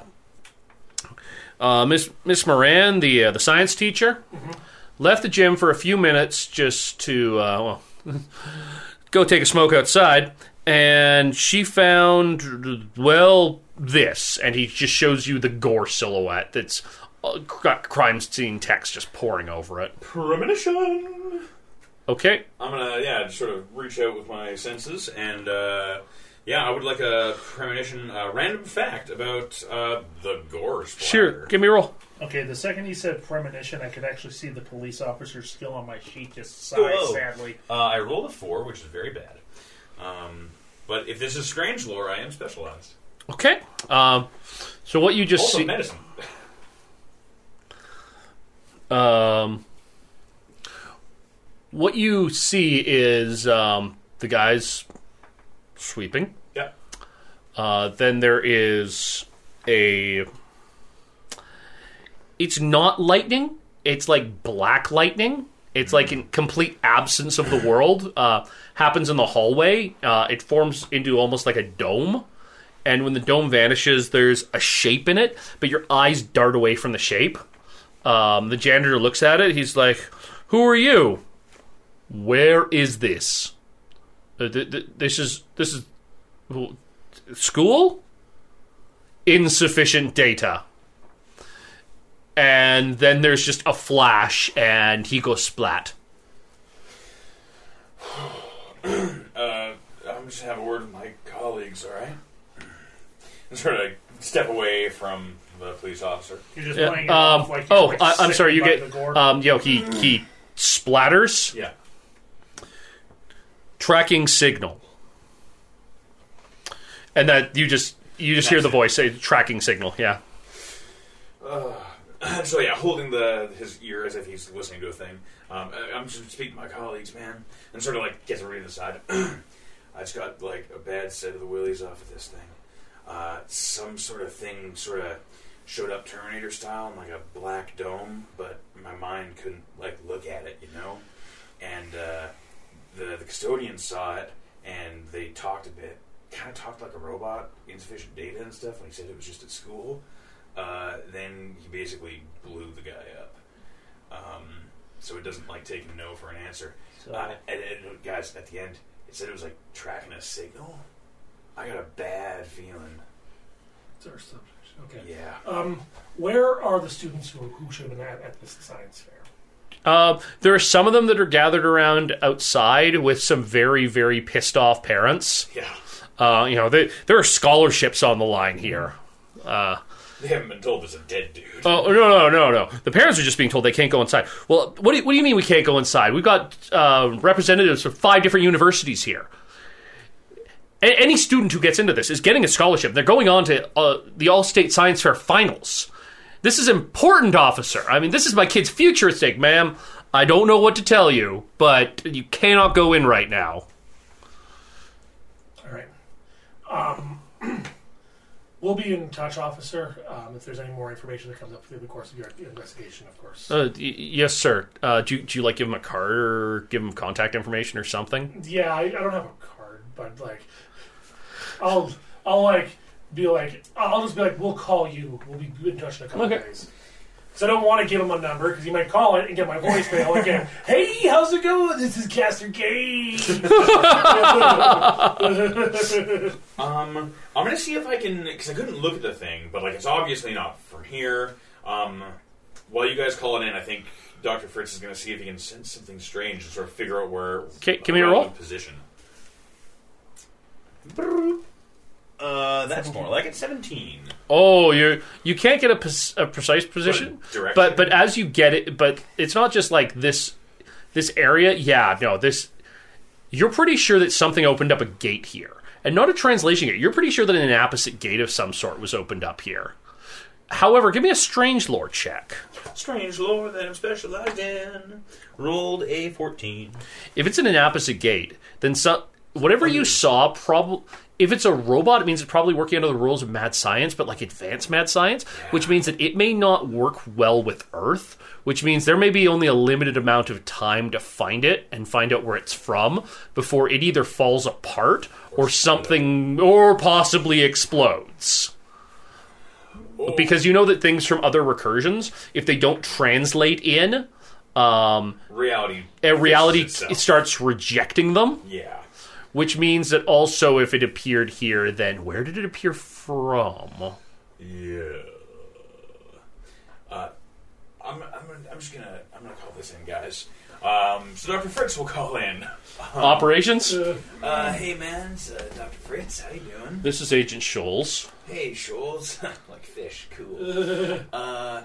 S2: uh, Miss Miss Moran, the uh, the science teacher, left the gym for a few minutes just to uh, well, go take a smoke outside, and she found well this, and he just shows you the gore silhouette that's uh, got crime scene text just pouring over it.
S5: Premonition.
S2: Okay,
S3: I'm gonna yeah, just sort of reach out with my senses and uh, yeah, I would like a premonition, uh, random fact about uh, the gore.
S2: sure,
S3: splatter.
S2: give me a roll.
S4: Okay, the second he said premonition, I could actually see the police officer skill on my sheet just sigh
S3: Whoa.
S4: sadly.
S3: Uh, I rolled a four, which is very bad. Um, but if this is strange lore, I am specialized.
S2: Okay, um, so what you just
S3: Also,
S2: see?
S3: medicine.
S2: Um, what you see is um, the guys sweeping.
S3: Yeah.
S2: Uh, then there is a. It's not lightning. It's like black lightning. It's like in complete absence of the world. Uh, happens in the hallway. Uh, it forms into almost like a dome. And when the dome vanishes, there's a shape in it, but your eyes dart away from the shape. Um, the janitor looks at it. He's like, "Who are you? Where is this? Uh, th- th- this is this is wh- school. Insufficient data." And then there's just a flash, and he goes splat.
S3: Uh, I'm just gonna have a word with my colleagues, all right? And sort of like step away from the police officer.
S4: You're just
S2: Yeah,
S4: playing it
S2: um,
S4: off like you're,
S2: oh,
S4: like,
S2: I, I'm
S4: sick
S2: sorry. You
S4: by
S2: get
S4: the gore.
S2: um, yo. He he splatters
S3: Yeah.
S2: tracking signal, and that you just you just hear the voice say tracking signal. Yeah.
S3: so yeah, holding the his ear as if he's listening to a thing. Um, I- I'm just gonna speak to my colleagues, man, and sort of like gets over to the side. I just got like a bad set of the willies off of this thing. Uh, some sort of thing sort of showed up Terminator style, in, like a black dome, but my mind couldn't like look at it, you know. And uh, the the custodian saw it, and they talked a bit, kind of talked like a robot, insufficient data and stuff. When he said it was just at school uh, then he basically blew the guy up. Um, so it doesn't like take a no for an answer.
S4: So-
S3: Uh, and, and guys, at the end, it said it was like tracking a signal. I got a bad feeling.
S5: It's our subject. Okay.
S3: Yeah.
S5: Um, where are the students who, who should have been at, at this science fair?
S2: Uh, there are some of them that are gathered around outside with some very, very pissed off parents.
S3: Yeah.
S2: Uh, you know, they, there are scholarships on the line here. Uh,
S3: They haven't been told there's a dead dude.
S2: oh no, no, no, no! The parents are just being told they can't go inside. Well, what do you, what do you mean we can't go inside? We've got uh, representatives from five different universities here. A- any student who gets into this is getting a scholarship. They're going on to uh, the all-state science fair finals. This is important, officer. I mean, this is my kid's future at stake, ma'am. I don't know what to tell you, but you cannot go in right now.
S5: All right. Um, we'll be in touch, officer, um, if there's any more information that comes up through the course of your investigation, of course.
S2: Uh, y- yes, sir. Uh, do, you- do you like give him a card or give him contact information or something?
S5: yeah, I, I don't have a card, but like, I'll, I'll like be like, I'll just be like, we'll call you. We'll be in touch in a couple
S2: Okay.
S5: days. Because I don't want to give him a number because he might call it and get my voicemail again. hey, how's it going? This is Caster K.
S3: Um, I'm gonna see if I can because I couldn't look at the thing, but like it's obviously not from here. Um, while you guys call it in, I think Doctor Fritz is gonna see if he can sense something strange and sort of figure out where.
S2: Okay, give me a roll.
S3: Position. Uh, that's more like it. Seventeen.
S2: Oh, you you can't get a, pres- a precise position,
S3: direction.
S2: but but as you get it, but it's not just like this this area. Yeah, no, this you're pretty sure that something opened up a gate here, and not a translation gate. You're pretty sure that an opposite gate of some sort was opened up here. However, give me a strange lore check.
S3: Strange lore that I'm specialized in. Rolled a fourteen.
S2: if it's in an opposite gate, then so, whatever you saw, probably if it's a robot, it means it's probably working under the rules of mad science, but like advanced mad science, which means that it may not work well with Earth, which means there may be only a limited amount of time to find it and find out where it's from before it either falls apart or something, or possibly explodes because you know that things from other recursions, if they don't translate in, um,
S3: Reality.
S2: and reality
S3: fixes
S2: it
S3: itself.
S2: starts rejecting them,
S3: Yeah.
S2: which means that also if it appeared here, then where did it appear from?
S3: Yeah. Uh, I'm, I'm, gonna- I'm just gonna I'm gonna call this in, guys. Um, so Dr. Fritz will call in.
S2: Operations.
S3: Uh, hey man, it's, uh, Dr. Fritz, how you doing?
S2: This is Agent Scholes.
S3: Hey Shoals, like fish, cool. uh,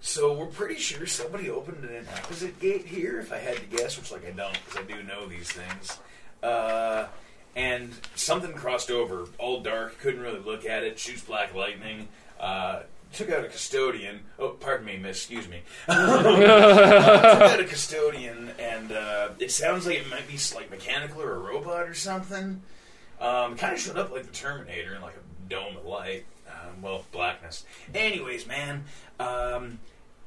S3: so we're pretty sure somebody opened an opposite gate here, if I had to guess, which like I don't, because I do know these things. Uh, and something crossed over, all dark, couldn't really look at it. Shoots black lightning. Uh, took out a custodian. Oh, pardon me, miss. Excuse me. Uh, took out a custodian, and uh, it sounds like it might be like mechanical or a robot or something. Um, kind of showed up like the Terminator in like a dome of light. Um, well, blackness. Anyways, man, um,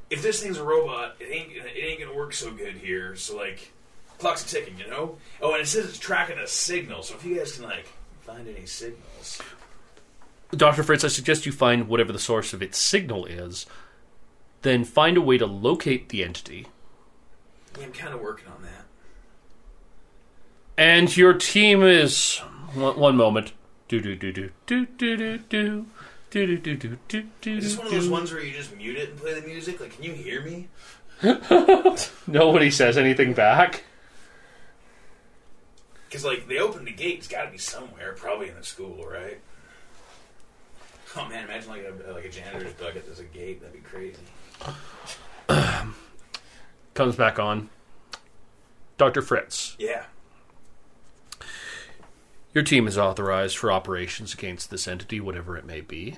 S3: if this thing's a robot, it ain't it ain't gonna work so good here. So like, clock's a ticking, you know. Oh, and it says it's tracking a signal. So if you guys can like find any signals,
S2: Dr. Fritz, I suggest you find whatever the source of its signal is, then find a way to locate the entity.
S3: yeah, I'm kind of working on that.
S2: And your team is one, one moment. Do do do do do do do do do do do do do do.
S3: Is this one of those ones where you just mute it and play the music? Like, can you hear me?
S2: Nobody says anything back.
S3: Because like they opened the gate, it's got to be somewhere, probably in the school, right? Oh man, imagine like a like a janitor's bucket. There's a gate. That'd be crazy.
S2: Comes back on. Dr. Fritz,
S3: Yeah.
S2: Your team is authorized for operations against this entity, whatever it may be.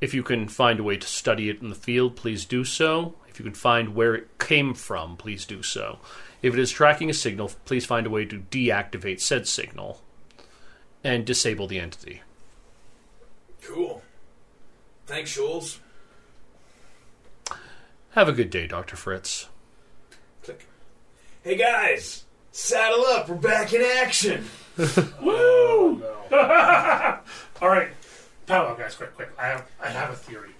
S2: If you can find a way to study it in the field, please do so. If you can find where it came from, please do so. If it is tracking a signal, please find a way to deactivate said signal and disable the entity.
S3: Cool. Thanks, Shoals.
S2: Have a good day, Dr. Fritz.
S3: Click. Hey guys, saddle up. We're back in action.
S5: All right, Palo, guys, quick, quick. I have, I have a theory.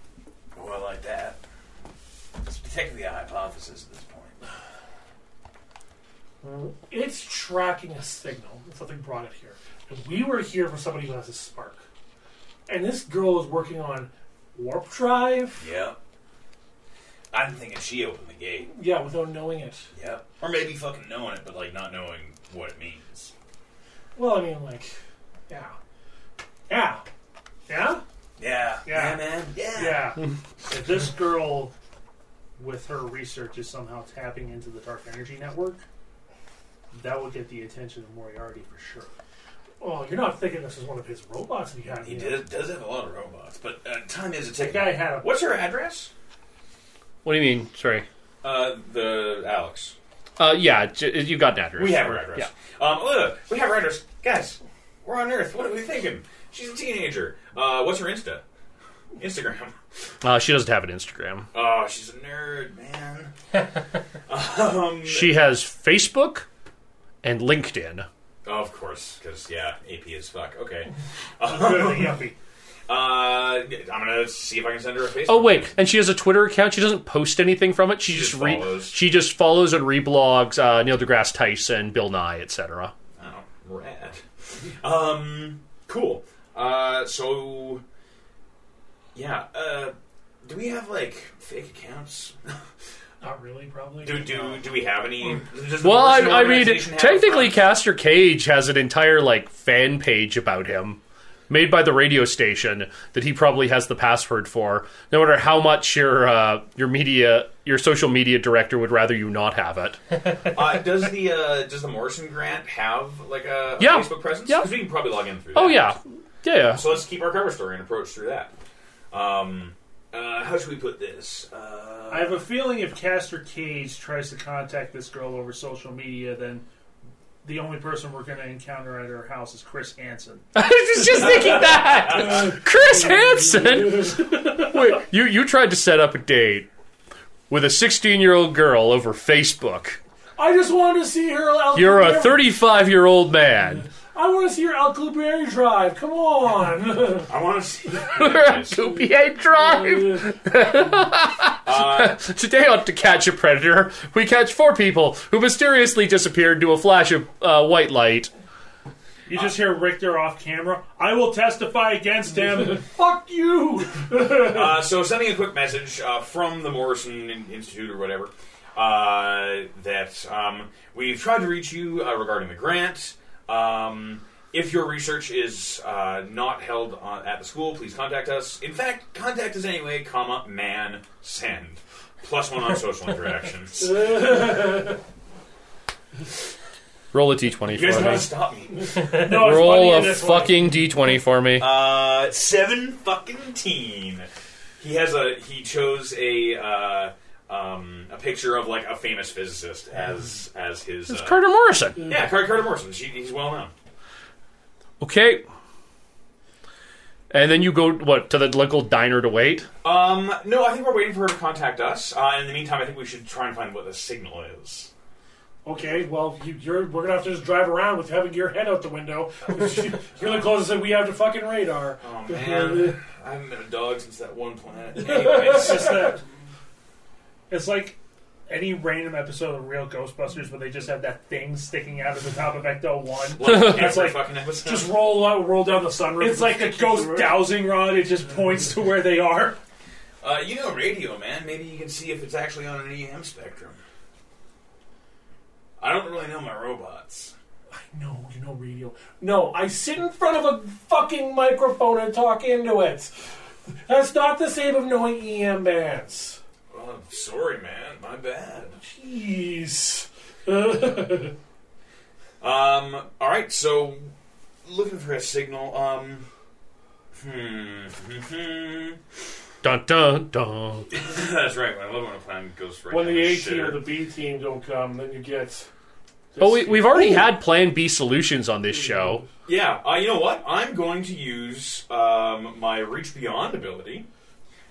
S3: Oh, I like that. It's technically a hypothesis at this point.
S5: It's tracking a signal. Something brought it here. And we were here for somebody who has a spark. And this girl is working on warp drive.
S3: Yeah. I'm thinking she opened the gate.
S5: Yeah, without knowing it.
S3: Yeah. Or maybe fucking knowing it, but like not knowing what it means.
S5: Well, I mean, like, yeah, yeah, yeah,
S3: Yeah.
S4: Yeah.
S3: man. Yeah.
S4: Yeah. if this girl, with her research, is somehow tapping into the dark energy network, that would get the attention of Moriarty for sure.
S5: Well, you're not thinking this is one of his robots he got.
S3: He
S5: in.
S3: does, does have a lot of robots, but uh, time is a
S4: The
S3: ticket.
S4: guy had a.
S3: What's her address?
S2: What do you mean? Sorry.
S3: Uh, the Alex.
S2: Uh, yeah, j- you got an address.
S3: We have her address. Um, look, we have her address. Guys, we're on Earth. What are we thinking? She's a teenager. Uh, what's her Insta? Instagram.
S2: Yeah. Uh, she doesn't have an Instagram.
S3: Oh, she's a nerd, man. Um,
S2: She has Facebook and LinkedIn.
S3: of course, because yeah, AP is fuck. Okay.
S4: Good yuppie.
S3: Uh, I'm gonna see if I can send her a Facebook.
S2: Oh wait, and she has a Twitter account. She doesn't post anything from it. She,
S3: She
S2: just,
S3: just
S2: re-
S3: follows.
S2: she just follows and reblogs uh, Neil deGrasse Tyson, Bill Nye, etc.
S3: Oh, rad. um, cool. Uh, so yeah. Uh, do we have like fake accounts?
S5: Not really, probably.
S3: Do do do we have any? does the
S2: Well, I,
S3: personal
S2: I mean,
S3: organization have a
S2: technically,
S3: front?
S2: Caster Cage has an entire like fan page about him, made by the radio station that he probably has the password for. No matter how much your uh, your media your social media director would rather you not have it.
S3: uh, does the uh, does the Morrison Grant have like a, a
S2: Yeah.
S3: Facebook presence?
S2: Yeah.
S3: because we can probably log in through.
S2: Oh
S3: that.
S2: yeah, yeah. yeah.
S3: So let's keep our cover story and approach through that. Um, uh, how should we put this? Uh,
S4: I have a feeling if Castor Cage tries to contact this girl over social media, then the only person we're going to encounter at her house is Chris Hansen.
S2: I was just thinking that Chris Hansen. Wait, you you tried to set up a date with a 16 year old girl over Facebook.
S5: I just wanted to see her. Al-
S2: You're a
S5: Cooper-
S2: 35 year old man.
S5: I want to see your Alcubierre drive. Come on.
S3: I want to see.
S2: Coupier Drive.
S5: Uh,
S2: Today on To Catch a Predator, we catch four people who mysteriously disappeared to a flash of uh, white light.
S4: You just hear Richter off camera. I will testify against him.
S5: Fuck you.
S3: Uh, so sending a quick message uh, from the Morrison In- Institute or whatever uh, that um, we've tried to reach you uh, regarding the grant. Um, if your research is uh, not held on, at the school, please contact us. In fact, contact us anyway, comma, man, send. Plus one on social interactions. you
S2: Roll a d20 for
S3: guys don't
S2: me.
S3: want to stop me.
S5: No, it's funny
S2: Roll
S5: in
S2: a
S5: this
S2: fucking d20 for me.
S3: Uh, seven fucking teen. He has a. He chose a uh, um, a picture of like a famous physicist as as his.
S2: It's
S3: uh,
S2: Carter Morrison.
S3: yeah, Car- Carter Morrison. She, he's well known.
S2: Okay. And then you go, what, to the local diner to wait?
S3: Um, no, I think we're waiting for her to contact us. Uh, in the meantime, I think we should try and find what the signal is.
S5: One. Okay, well, you, you're we're gonna have to just drive around with having your head out the window. you're the closest that we have to fucking radar.
S3: Oh man, I haven't been a dog since that one planet. Anyways,
S4: It's that- it's like any random episode of Real Ghostbusters where they just have that thing sticking out of the top of Ecto 1.
S3: like, that's
S4: like-
S3: fucking episode.
S5: Just roll out, roll down the sunroof.
S4: It's like a ghost dowsing rod, it just points to where they are.
S3: uh, you know, radio man. Maybe you can see if it's actually on an EM spectrum. I don't really know my robots.
S5: No, you know radio. No, I sit in front of a fucking microphone and talk into it. That's not the same of knowing EM bands.
S3: Well, I'm Oh, sorry, man. My bad.
S5: Jeez.
S3: Um. All right. So, looking for a signal. Um. Hmm. hmm.
S2: Dun dun dun.
S3: That's right. I love when a plan goes right.
S5: when
S3: down
S5: the A
S3: shitter.
S5: team or the B team don't come, then you get. this-
S2: Oh, we, we've already had Plan B solutions on this show.
S3: Yeah. Uh, you know what? I'm going to use um, my reach beyond ability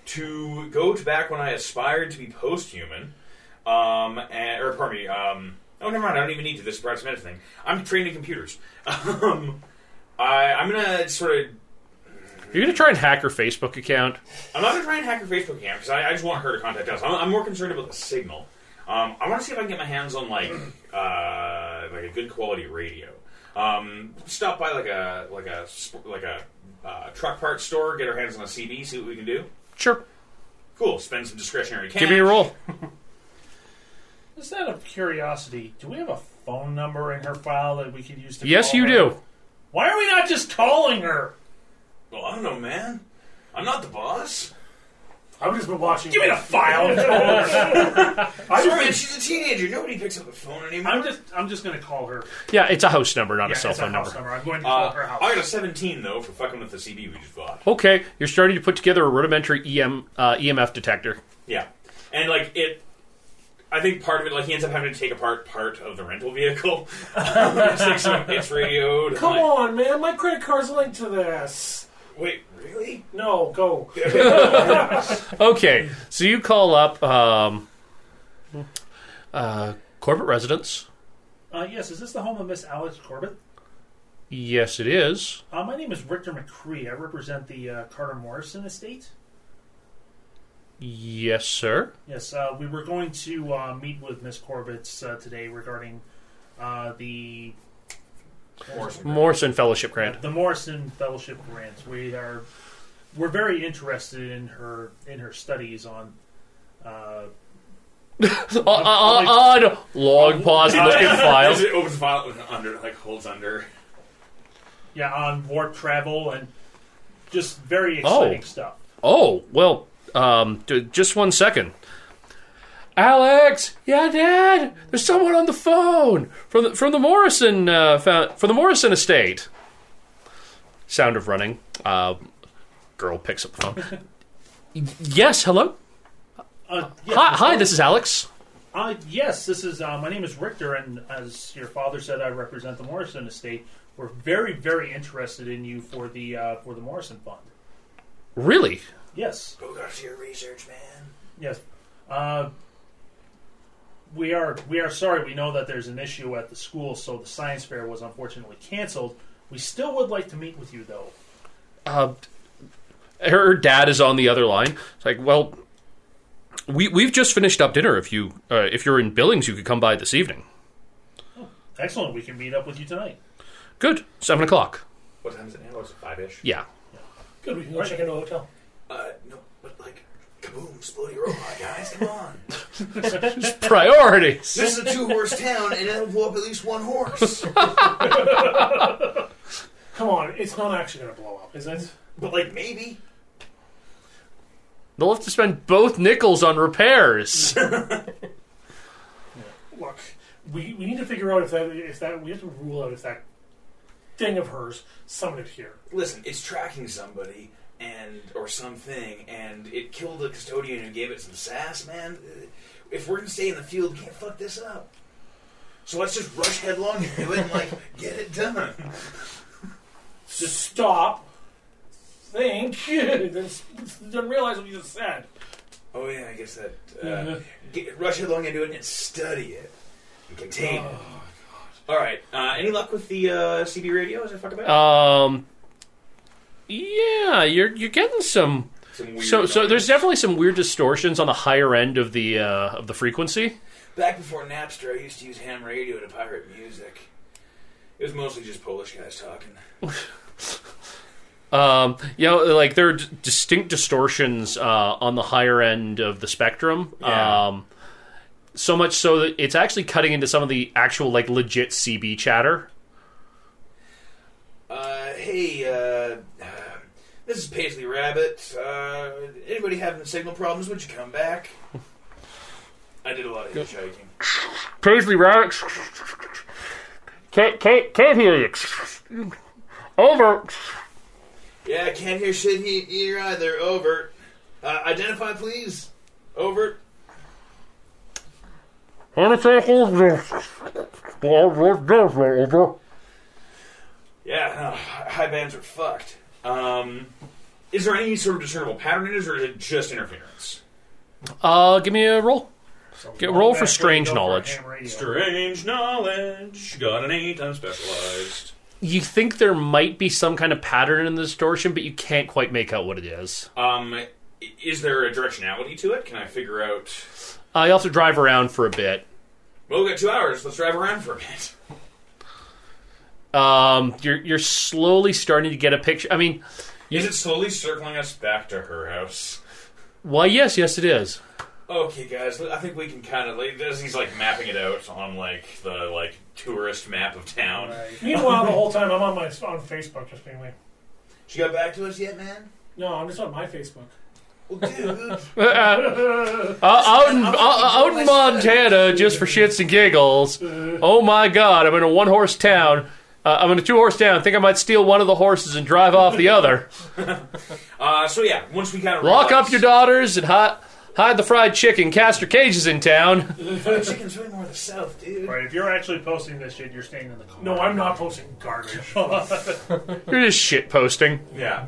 S3: to go to back when I aspired to be post-human. Um. And, or pardon me. Um. Oh, never mind. I don't even need to. This is Brad Smith thing. I'm training computers. Um. I, I'm gonna sort of
S2: You're going to try and hack her Facebook account?
S3: I'm not gonna try and hack her Facebook account because I, I just want her to contact us. I'm, I'm more concerned about the signal. Um, I want to see if I can get my hands on like uh, like a good quality radio. Um, stop by like a like a sp- like a uh, truck parts store, get our hands on a CB, see what we can do.
S2: Sure.
S3: Cool. Spend some discretionary cash.
S2: Give me a roll.
S4: Just out of curiosity, do we have a phone number in her file that we could use to
S2: Yes,
S4: call
S2: you
S4: her?
S2: do.
S4: Why are we not just calling her?
S3: Well, I don't know, man. I'm not the boss.
S5: I've just been watching.
S4: Give me the file.
S3: I'm Sorry, man. She's a teenager. Nobody picks up the phone anymore.
S4: I'm just I'm just gonna call her.
S2: Yeah, it's a house number, not
S4: Yeah,
S2: a cell
S4: it's
S2: phone
S4: house
S2: number.
S4: number. I'm going to call
S3: uh,
S4: her house.
S3: I got a 17 though for fucking with the CB we just bought.
S2: Okay, you're starting to put together a rudimentary EM, uh, EMF detector.
S3: Yeah, and like it, I think part of it, like he ends up having to take apart part of the rental vehicle. it's like some it's radioed.
S5: Come
S3: like,
S5: on, man. My credit card's linked to this.
S3: wait, really?
S5: No, go.
S2: Okay, so you call up um, uh, corporate residence.
S4: Uh, yes, is this the home of Miss Alex Corbett?
S2: Yes, it is.
S4: Uh, my name is Richter McCree. I represent the uh, Carter Morrison estate.
S2: Yes, sir.
S4: Yes, uh, we were going to uh, meet with Miss Corbett uh, today regarding uh, the
S2: Morrison Fellowship Grant.
S4: the Morrison Fellowship grant. We are we're very interested in her in her studies on. Uh,
S2: Uh, uh, uh, uh, long pause. Look at
S3: As
S2: files.
S3: it opens the file under, like holds under.
S4: Yeah, on warp travel and just very
S2: Oh.
S4: exciting stuff.
S2: Oh well. Um, d- just one second. Alex, yeah, Dad. There's someone on the phone from the, from the Morrison uh, fa- from the Morrison estate. Sound of running. Uh, girl picks up the phone. Y- yes, hello.
S4: Uh, yes,
S2: Hi, hi, this is Alex.
S4: Uh, yes, this is uh, my name is Richter, and as your father said, I represent the Morrison estate. We're very, very interested in you for the uh, for the Morrison Fund.
S2: Really?
S4: Yes,
S3: Go to your research, man.
S4: yes. Uh, we are we are sorry. We know that there's an issue at the school, so the science fair was unfortunately canceled. We still would like to meet with you, though.
S2: Uh, her, her dad is on the other line. It's like, well, we we've just finished up dinner. If you uh, if you're in Billings, you could come by this evening.
S4: Excellent. We can meet up with you tonight.
S2: Good. Seven o'clock.
S3: What time is it now? It's five ish.
S2: Yeah.
S5: Good. We can go check into a hotel.
S3: Uh, no, but like, kaboom! Explode your robot, guys! Come on.
S2: Priorities.
S3: this is a two horse town, and it'll blow up at least one horse.
S5: Come on. It's not actually going to blow up, is it?
S3: but like, maybe.
S2: They'll have to spend both nickels on repairs.
S5: Look, we, we need to figure out if that if that we have to rule out if that thing of hers summoned it here.
S3: Listen, it's tracking somebody and or something, and it killed the custodian who gave it some sass, man. Uh, If we're gonna stay in the field, we can't fuck this up. So let's just rush headlong into it and like get it done.
S5: Just stop, think, then s- then realize what you just said.
S3: Oh yeah, I guess that. Uh,
S5: Yeah.
S3: get, rush headlong into it and study it, and contain it. All right. Uh, any luck with the uh, CB radio? Is that fuck about?
S2: Um. Yeah, you're you're getting some.
S3: Some weird
S2: So so
S3: noise.
S2: there's definitely some weird distortions on the higher end of the uh, of the frequency.
S3: Back before Napster, I used to use ham radio to pirate music. It was mostly just Polish guys talking.
S2: Um, you know, like there are d- distinct distortions uh, on the higher end of the spectrum.
S3: Yeah.
S2: Um, so much so that it's actually cutting into some of the actual like legit CB chatter.
S3: Uh, hey, uh, this is Paisley Rabbit. Uh, anybody having signal problems? Would you come back? I did a lot of hitchhiking.
S2: Paisley Rabbit can't, can't, can't hear you. Over.
S3: Yeah, I can't hear shit he- here either. Over. Uh, identify, please. Over. Yeah, no, uh, high bands are fucked. Um, is there any sort of discernible pattern in it, or is it just interference?
S2: Uh, give me a roll.
S4: So
S2: Get-
S4: we'll
S2: roll
S4: go
S2: for
S4: back
S2: strange
S4: and go for
S2: knowledge.
S4: ham radio.
S3: Strange knowledge. Got an eight. I'm specialized.
S2: You think there might be some kind of pattern in the distortion, but you can't quite make out what it is.
S3: Um, i- is there a directionality to it? Can I figure out?
S2: Uh, you have to drive around for a bit.
S3: Well, we've got two hours. Let's drive around for a bit.
S2: Um, you're you're slowly starting to get a picture. I mean,
S3: Is it slowly circling us back to her house?
S2: why? Yes, yes, it is.
S3: Okay, guys, I think we can kind of like as he's like mapping it out on like the like tourist map of town.
S5: Meanwhile, the whole time I'm on my on Facebook, just being like,
S3: She got back to us yet, man?
S5: no, I'm just on my Facebook.
S3: Well, dude.
S2: Uh, uh, out in, uh, out in Montana, just for shits and giggles. Oh my God! I'm in a one horse town. Uh, I'm in a two horse town. Think I might steal one of the horses and drive off the other.
S3: uh, so yeah, once we kind of
S2: Lock up your daughters and hide, hide the fried chicken. Caster Cage is in town.
S3: chickens way more the south, dude.
S4: Right, if you're actually posting this shit, you're staying in the car.
S5: No, I'm not posting garbage.
S2: You're just shit posting.
S3: Yeah,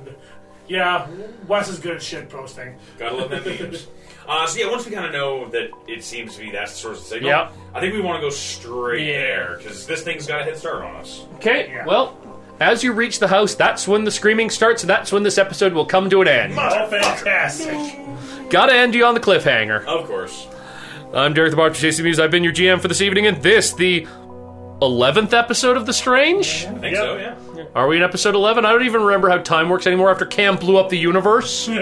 S5: yeah, Wes is good at shit posting.
S3: gotta love them memes. Uh, so yeah, once we kind of know that it seems to be that's the source of the signal,
S2: Yep.
S3: I think we want to go straight
S6: Yeah.
S3: there because this thing's got a head start on us.
S2: Okay.
S4: Yeah.
S2: Well, as you reach the house, that's when the screaming starts, and that's when this episode will come to an end.
S4: Oh, fantastic.
S2: Gotta end you on the cliffhanger.
S3: Of course.
S2: I'm Derek the Barber for JC Muse. I've been your GM for this evening, and this, the 11th episode of The Strange?
S3: I think
S4: Yep.
S3: so, yeah.
S2: Are we in episode 11? I don't even remember how time works anymore after Cam blew up the universe. you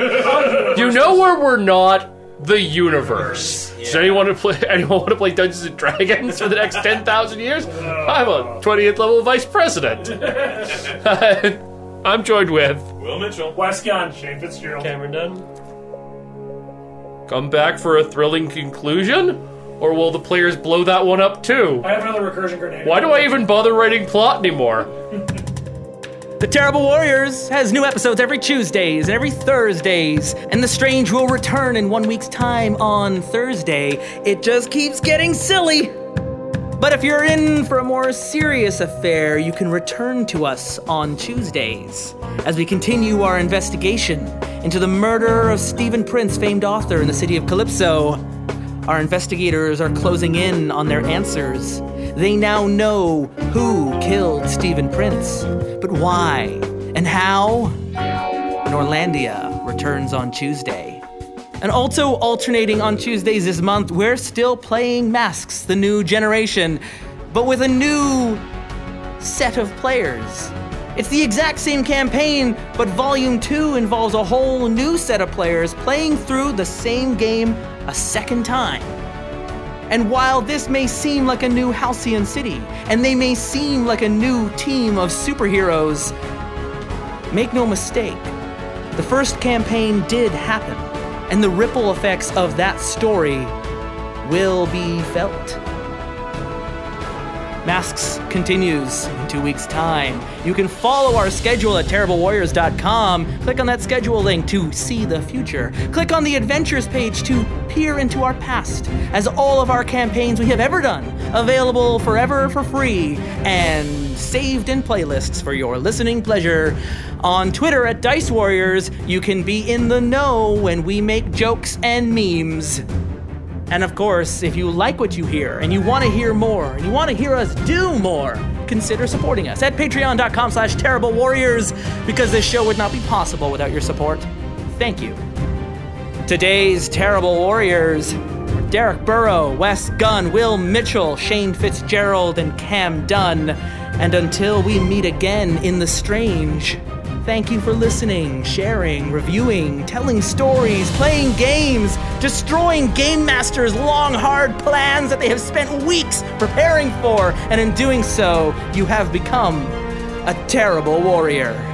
S2: know where we're not? The universe. Does
S3: Yeah.
S2: anyone want to play? Anyone want to play Dungeons and Dragons for the next ten thousand years? I'm a twentieth level vice president. I'm joined with.
S3: Will Mitchell.
S5: Wes Gunn.
S4: Shane Fitzgerald.
S6: Cameron Dunn.
S2: Come back for a thrilling conclusion, or will the players blow that one up too?
S5: I have another recursion grenade.
S2: Why do I even bother writing plot anymore?
S1: The Terrible Warriors has new episodes every Tuesdays and every Thursdays, and The Strange will return in one week's time on Thursday. It just keeps getting silly. But if you're in for a more serious affair, you can return to us on Tuesdays as we continue our investigation into the murder of Stephen Prince, famed author in the city of Calypso. Our investigators are closing in on their answers. They now know who killed Stephen Prince, but why and how? Norlandia returns on Tuesday. And also alternating on Tuesdays this month, we're still playing Masks, the new generation, but with a new set of players. It's the exact same campaign, but Volume 2 involves a whole new set of players playing through the same game a second time. And while this may seem like a new Halcyon city, and they may seem like a new team of superheroes, make no mistake, the first campaign did happen, and the ripple effects of that story will be felt. Masks continues in two weeks' time. You can follow our schedule at terriblewarriors.com. Click on that schedule link to see the future. Click on the adventures page to peer into our past, as all of our campaigns we have ever done, available forever for free, and saved in playlists for your listening pleasure. On Twitter at Dice Warriors, you can be in the know when we make jokes and memes. And of course, if you like what you hear and you want to hear more and you want to hear us do more, consider supporting us at patreon.com slash terrible warriors because this show would not be possible without your support. Thank you. Today's terrible warriors were Derek Burrow, Wes Gunn, Will Mitchell, Shane Fitzgerald, and Cam Dunn. And until we meet again in the strange, thank you for listening, sharing, reviewing, telling stories, playing games, destroying game masters' long, hard plans that they have spent weeks preparing for. And in doing so, you have become a terrible warrior.